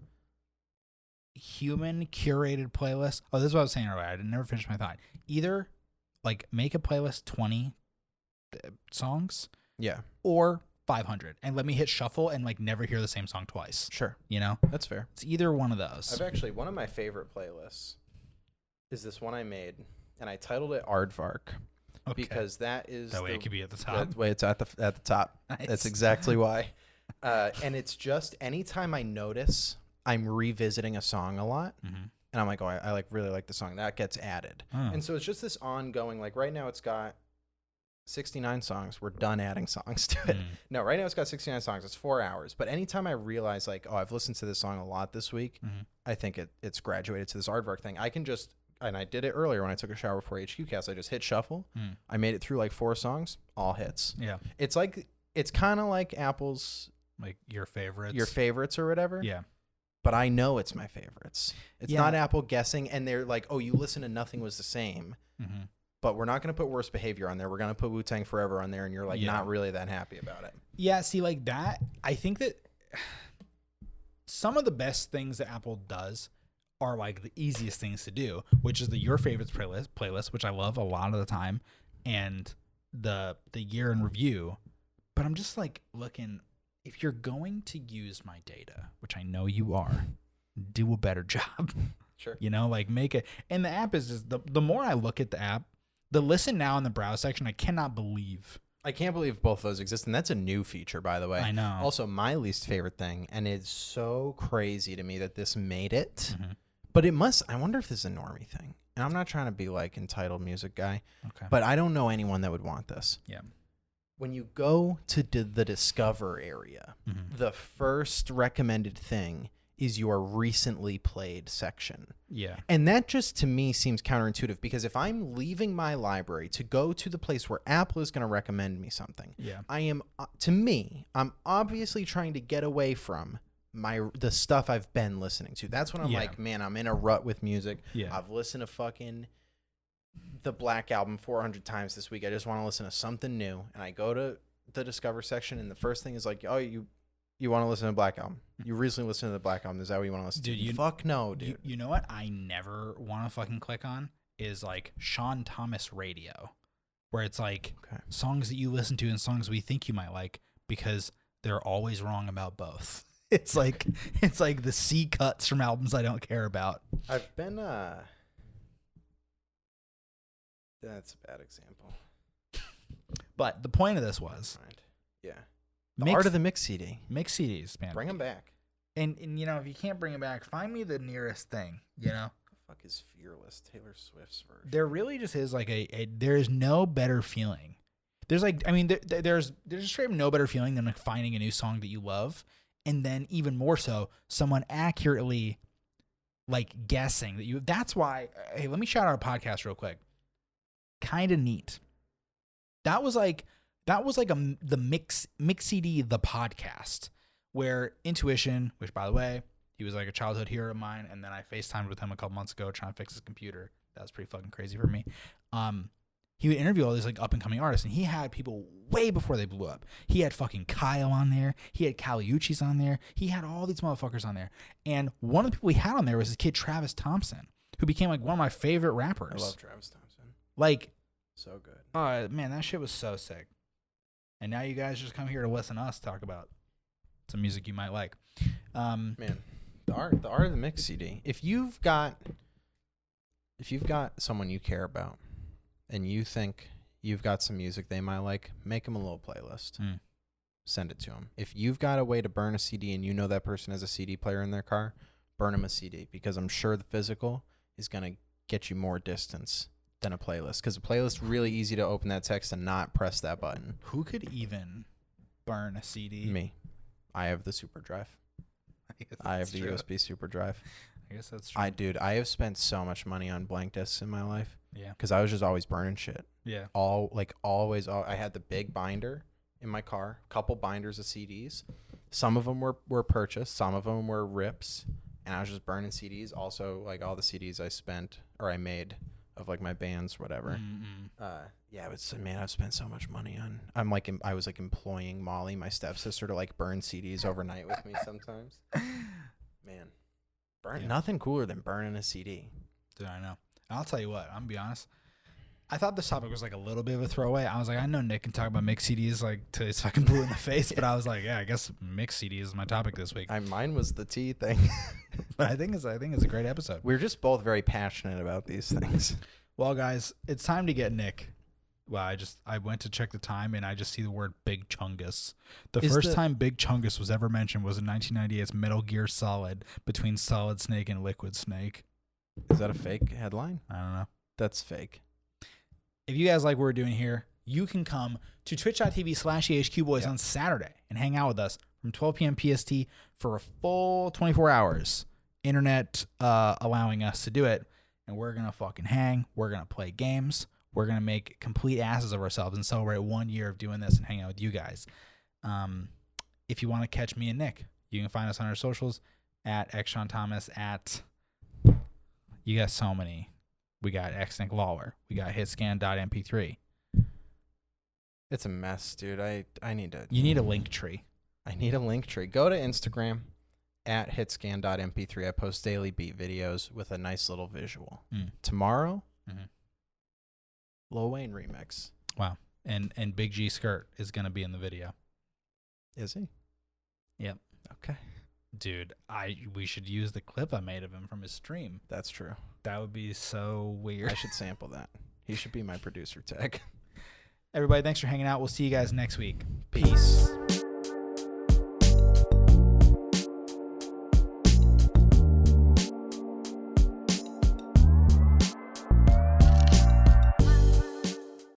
[SPEAKER 2] human curated playlists oh this is what i was saying earlier i didn't never finish my thought either like make a playlist 20 th- songs
[SPEAKER 1] yeah,
[SPEAKER 2] or 500 and let me hit shuffle and like never hear the same song twice
[SPEAKER 1] sure,
[SPEAKER 2] you know
[SPEAKER 1] that's fair.
[SPEAKER 2] it's either one of those
[SPEAKER 1] I've actually one of my favorite playlists is this one I made, and I titled it Aardvark
[SPEAKER 2] okay.
[SPEAKER 1] because that is
[SPEAKER 2] that way
[SPEAKER 1] the-
[SPEAKER 2] it could be at the top
[SPEAKER 1] That way it's at the at the top.
[SPEAKER 2] [laughs] Nice.
[SPEAKER 1] That's [laughs] exactly why. Uh, and it's just anytime I notice I'm revisiting a song a lot,
[SPEAKER 2] Mhm.
[SPEAKER 1] and I'm like, oh, I, I like really like the song that gets added,
[SPEAKER 2] Oh.
[SPEAKER 1] and so it's just this ongoing. Like right now, it's got 69 songs. We're done adding songs to it.
[SPEAKER 2] Mm.
[SPEAKER 1] No, right now it's got 69 songs. It's four hours. But anytime I realize like, oh, I've listened to this song a lot this week,
[SPEAKER 2] Mhm.
[SPEAKER 1] I think it it's graduated to this aardvark thing. I can just and I did it earlier when I took a shower before HQ cast. I just hit shuffle.
[SPEAKER 2] Mm.
[SPEAKER 1] I made it through like four songs, all hits.
[SPEAKER 2] yeah
[SPEAKER 1] It's like it's kind of like Apple's
[SPEAKER 2] like your favorites
[SPEAKER 1] your favorites or whatever.
[SPEAKER 2] yeah
[SPEAKER 1] But I know it's my favorites. It's
[SPEAKER 2] Yeah.
[SPEAKER 1] not Apple guessing, and they're like, oh, you listen to nothing was the same.
[SPEAKER 2] Mhm.
[SPEAKER 1] But we're not going to put worse behavior on there. We're going to put Wu Tang Forever on there, and you're like
[SPEAKER 2] Yeah.
[SPEAKER 1] not really that happy about it.
[SPEAKER 2] Yeah, see, like [sighs] that, I think that some of the best things that Apple does are like the easiest things to do, which is the your favorites playlist, playlist which I love a lot of the time, and the the year in review. But I'm just like looking if you're going to use my data, which I know you are, do a better [laughs] job.
[SPEAKER 1] Sure.
[SPEAKER 2] You know, like make it. And the app is just the the more I look at the app, the listen now in the browse section, I cannot believe.
[SPEAKER 1] I can't believe both those exist, and that's a new feature, by the way.
[SPEAKER 2] I know.
[SPEAKER 1] Also, my least favorite thing, and it's so crazy to me that this made it,
[SPEAKER 2] Mm-hmm.
[SPEAKER 1] but it must. I wonder if this is a normie thing. And I'm not trying to be like entitled music guy,
[SPEAKER 2] Okay.
[SPEAKER 1] but I don't know anyone that would want this.
[SPEAKER 2] yeah.
[SPEAKER 1] When you go to d- the discover area,
[SPEAKER 2] Mhm.
[SPEAKER 1] the first recommended thing is your recently played section.
[SPEAKER 2] Yeah.
[SPEAKER 1] And that just to me seems counterintuitive because if I'm leaving my library to go to the place where Apple is going to recommend me something,
[SPEAKER 2] Yeah.
[SPEAKER 1] I am uh, to me, I'm obviously trying to get away from my the stuff I've been listening to. That's when I'm
[SPEAKER 2] Yeah.
[SPEAKER 1] like, man, I'm in a rut with music.
[SPEAKER 2] Yeah.
[SPEAKER 1] I've listened to fucking the Black Album 400 times this week. I just want to listen to something new. And I go to the Discover section, and the first thing is like, oh, you you want to listen to Black Album? You recently listened to the Black Album. Is that what you want to listen
[SPEAKER 2] Mm. Dude,
[SPEAKER 1] to?
[SPEAKER 2] you-
[SPEAKER 1] Fuck no, oh, dude.
[SPEAKER 2] You, you know what I never want to fucking click on is like Sean Thomas radio, where it's like
[SPEAKER 1] Okay.
[SPEAKER 2] songs that you listen to and songs we think you might like because they're always wrong about both. [laughs] It's like it's like the C cuts from albums I don't care about.
[SPEAKER 1] I've been uh That's a bad example.
[SPEAKER 2] But the point of this was
[SPEAKER 1] Mind. Yeah. The
[SPEAKER 2] mix,
[SPEAKER 1] art of the mix CD.
[SPEAKER 2] mix CDs, man.
[SPEAKER 1] Bring them back.
[SPEAKER 2] And and you know if you can't bring it back, find me the nearest thing. You know
[SPEAKER 1] The fuck is Fearless Taylor Swift's version?
[SPEAKER 2] there really just is like a, a there is no better feeling. There's like I mean there, there- there's there's straight up no better feeling than like finding a new song that you love, and then even more so, someone accurately like guessing that you. That's why. uh, Hey, let me shout out a podcast real quick. Kind of neat. That was like that was like a m- the mix mix CD the podcast where intuition, which by the way, he was like a childhood hero of mine, and then I FaceTimed with him a couple months ago trying to fix his computer. That was pretty fucking crazy for me. Um, he would interview all these like up and coming artists, and he had people way before they blew up. He had fucking Kyle on there. He had Caliucci's on there. He had all these motherfuckers on there. And one of the people he had on there was this kid Travis Thompson, who became like one of my favorite
[SPEAKER 1] I
[SPEAKER 2] rappers.
[SPEAKER 1] love Travis Thompson.
[SPEAKER 2] like
[SPEAKER 1] So good.
[SPEAKER 2] Oh man, that shit was so sick. And now you guys just come here to listen to us talk about some music you might like. Um,
[SPEAKER 1] Man. The art the art of the mix CD. If you've got if you've got someone you care about and you think you've got some music they might like, make them a little playlist.
[SPEAKER 2] Hmm.
[SPEAKER 1] Send it to them. If you've got a way to burn a CD and you know that person has a CD player in their car, burn them a CD because I'm sure the physical is going to get you more distance than a playlist because a playlist really easy to open that text and not press that button.
[SPEAKER 2] who could even burn a CD?
[SPEAKER 1] Me. I have the super drive.
[SPEAKER 2] [laughs] I, guess
[SPEAKER 1] I have
[SPEAKER 2] that's
[SPEAKER 1] the
[SPEAKER 2] true.
[SPEAKER 1] USB super drive.
[SPEAKER 2] I guess that's true.
[SPEAKER 1] I dude, I have spent so much money on blank discs in my life
[SPEAKER 2] yeah,
[SPEAKER 1] because I was just always burning shit.
[SPEAKER 2] yeah,
[SPEAKER 1] All like always, al I had the big binder in my car, couple binders of CDs. Some of them were were purchased, some of them were rips, and I was just burning CDs. Also, like all the CDs I spent or I made of like my bands, whatever.
[SPEAKER 2] Mm-mm.
[SPEAKER 1] Uh, yeah, but so, man, I've spent so much money on. I'm like, em- I was like employing Molly, my stepsister, to like burn CDs overnight with me sometimes. Man, burn
[SPEAKER 2] Yeah.
[SPEAKER 1] nothing cooler than burning a CD.
[SPEAKER 2] Dude, I know. And I'll tell you what. I'm gonna be honest. I thought this topic was like a little bit of a throwaway. I was like, I know Nick can talk about mix CDs like till he's [laughs] fucking blue in the face, but I was like, yeah, I guess mix CDs is my topic this week.
[SPEAKER 1] I, mine was the tea thing. [laughs]
[SPEAKER 2] But I think it's I think it's a great episode.
[SPEAKER 1] We're just both very passionate about these things.
[SPEAKER 2] Well, guys, it's time to get Nick. Well, I just I went to check the time and I just see the word Big Chungus. The
[SPEAKER 1] Is
[SPEAKER 2] first
[SPEAKER 1] the-
[SPEAKER 2] time Big Chungus was ever mentioned was in 1998's Metal Gear Solid between Solid Snake and Liquid Snake.
[SPEAKER 1] Is that a fake headline?
[SPEAKER 2] I don't know.
[SPEAKER 1] That's fake.
[SPEAKER 2] If you guys like what we're doing here, you can come to twitch.tv slash ehqboys
[SPEAKER 1] Yeah.
[SPEAKER 2] on Saturday and hang out with us from 12 p.m. PST for a full 24 hours, internet uh, allowing us to do it. And we're going to fucking hang. We're going to play games. We're going to make complete asses of ourselves and celebrate one year of doing this and hanging out with you guys. Um, if you want to catch me and Nick, you can find us on our socials at Xshawn Thomas, at you got so many. We got X Nick Lawler. We got hitscan.mp3.
[SPEAKER 1] It's a mess, dude. I I need to.
[SPEAKER 2] You need a link tree.
[SPEAKER 1] I need a link tree. Go to Instagram at hitscan.mp3. I post daily beat videos with a nice little visual.
[SPEAKER 2] Mm.
[SPEAKER 1] Tomorrow,
[SPEAKER 2] Mhm.
[SPEAKER 1] Lil Wayne remix.
[SPEAKER 2] and and Big G skirt is gonna be in the video,
[SPEAKER 1] Is he?
[SPEAKER 2] Yep.
[SPEAKER 1] Okay.
[SPEAKER 2] dude. I we should use the clip I made of him from his stream.
[SPEAKER 1] That's true.
[SPEAKER 2] That would be so
[SPEAKER 1] I
[SPEAKER 2] weird.
[SPEAKER 1] should sample that. He should be my producer tag.
[SPEAKER 2] Everybody, thanks for hanging out. We'll see you guys next week.
[SPEAKER 1] Peace.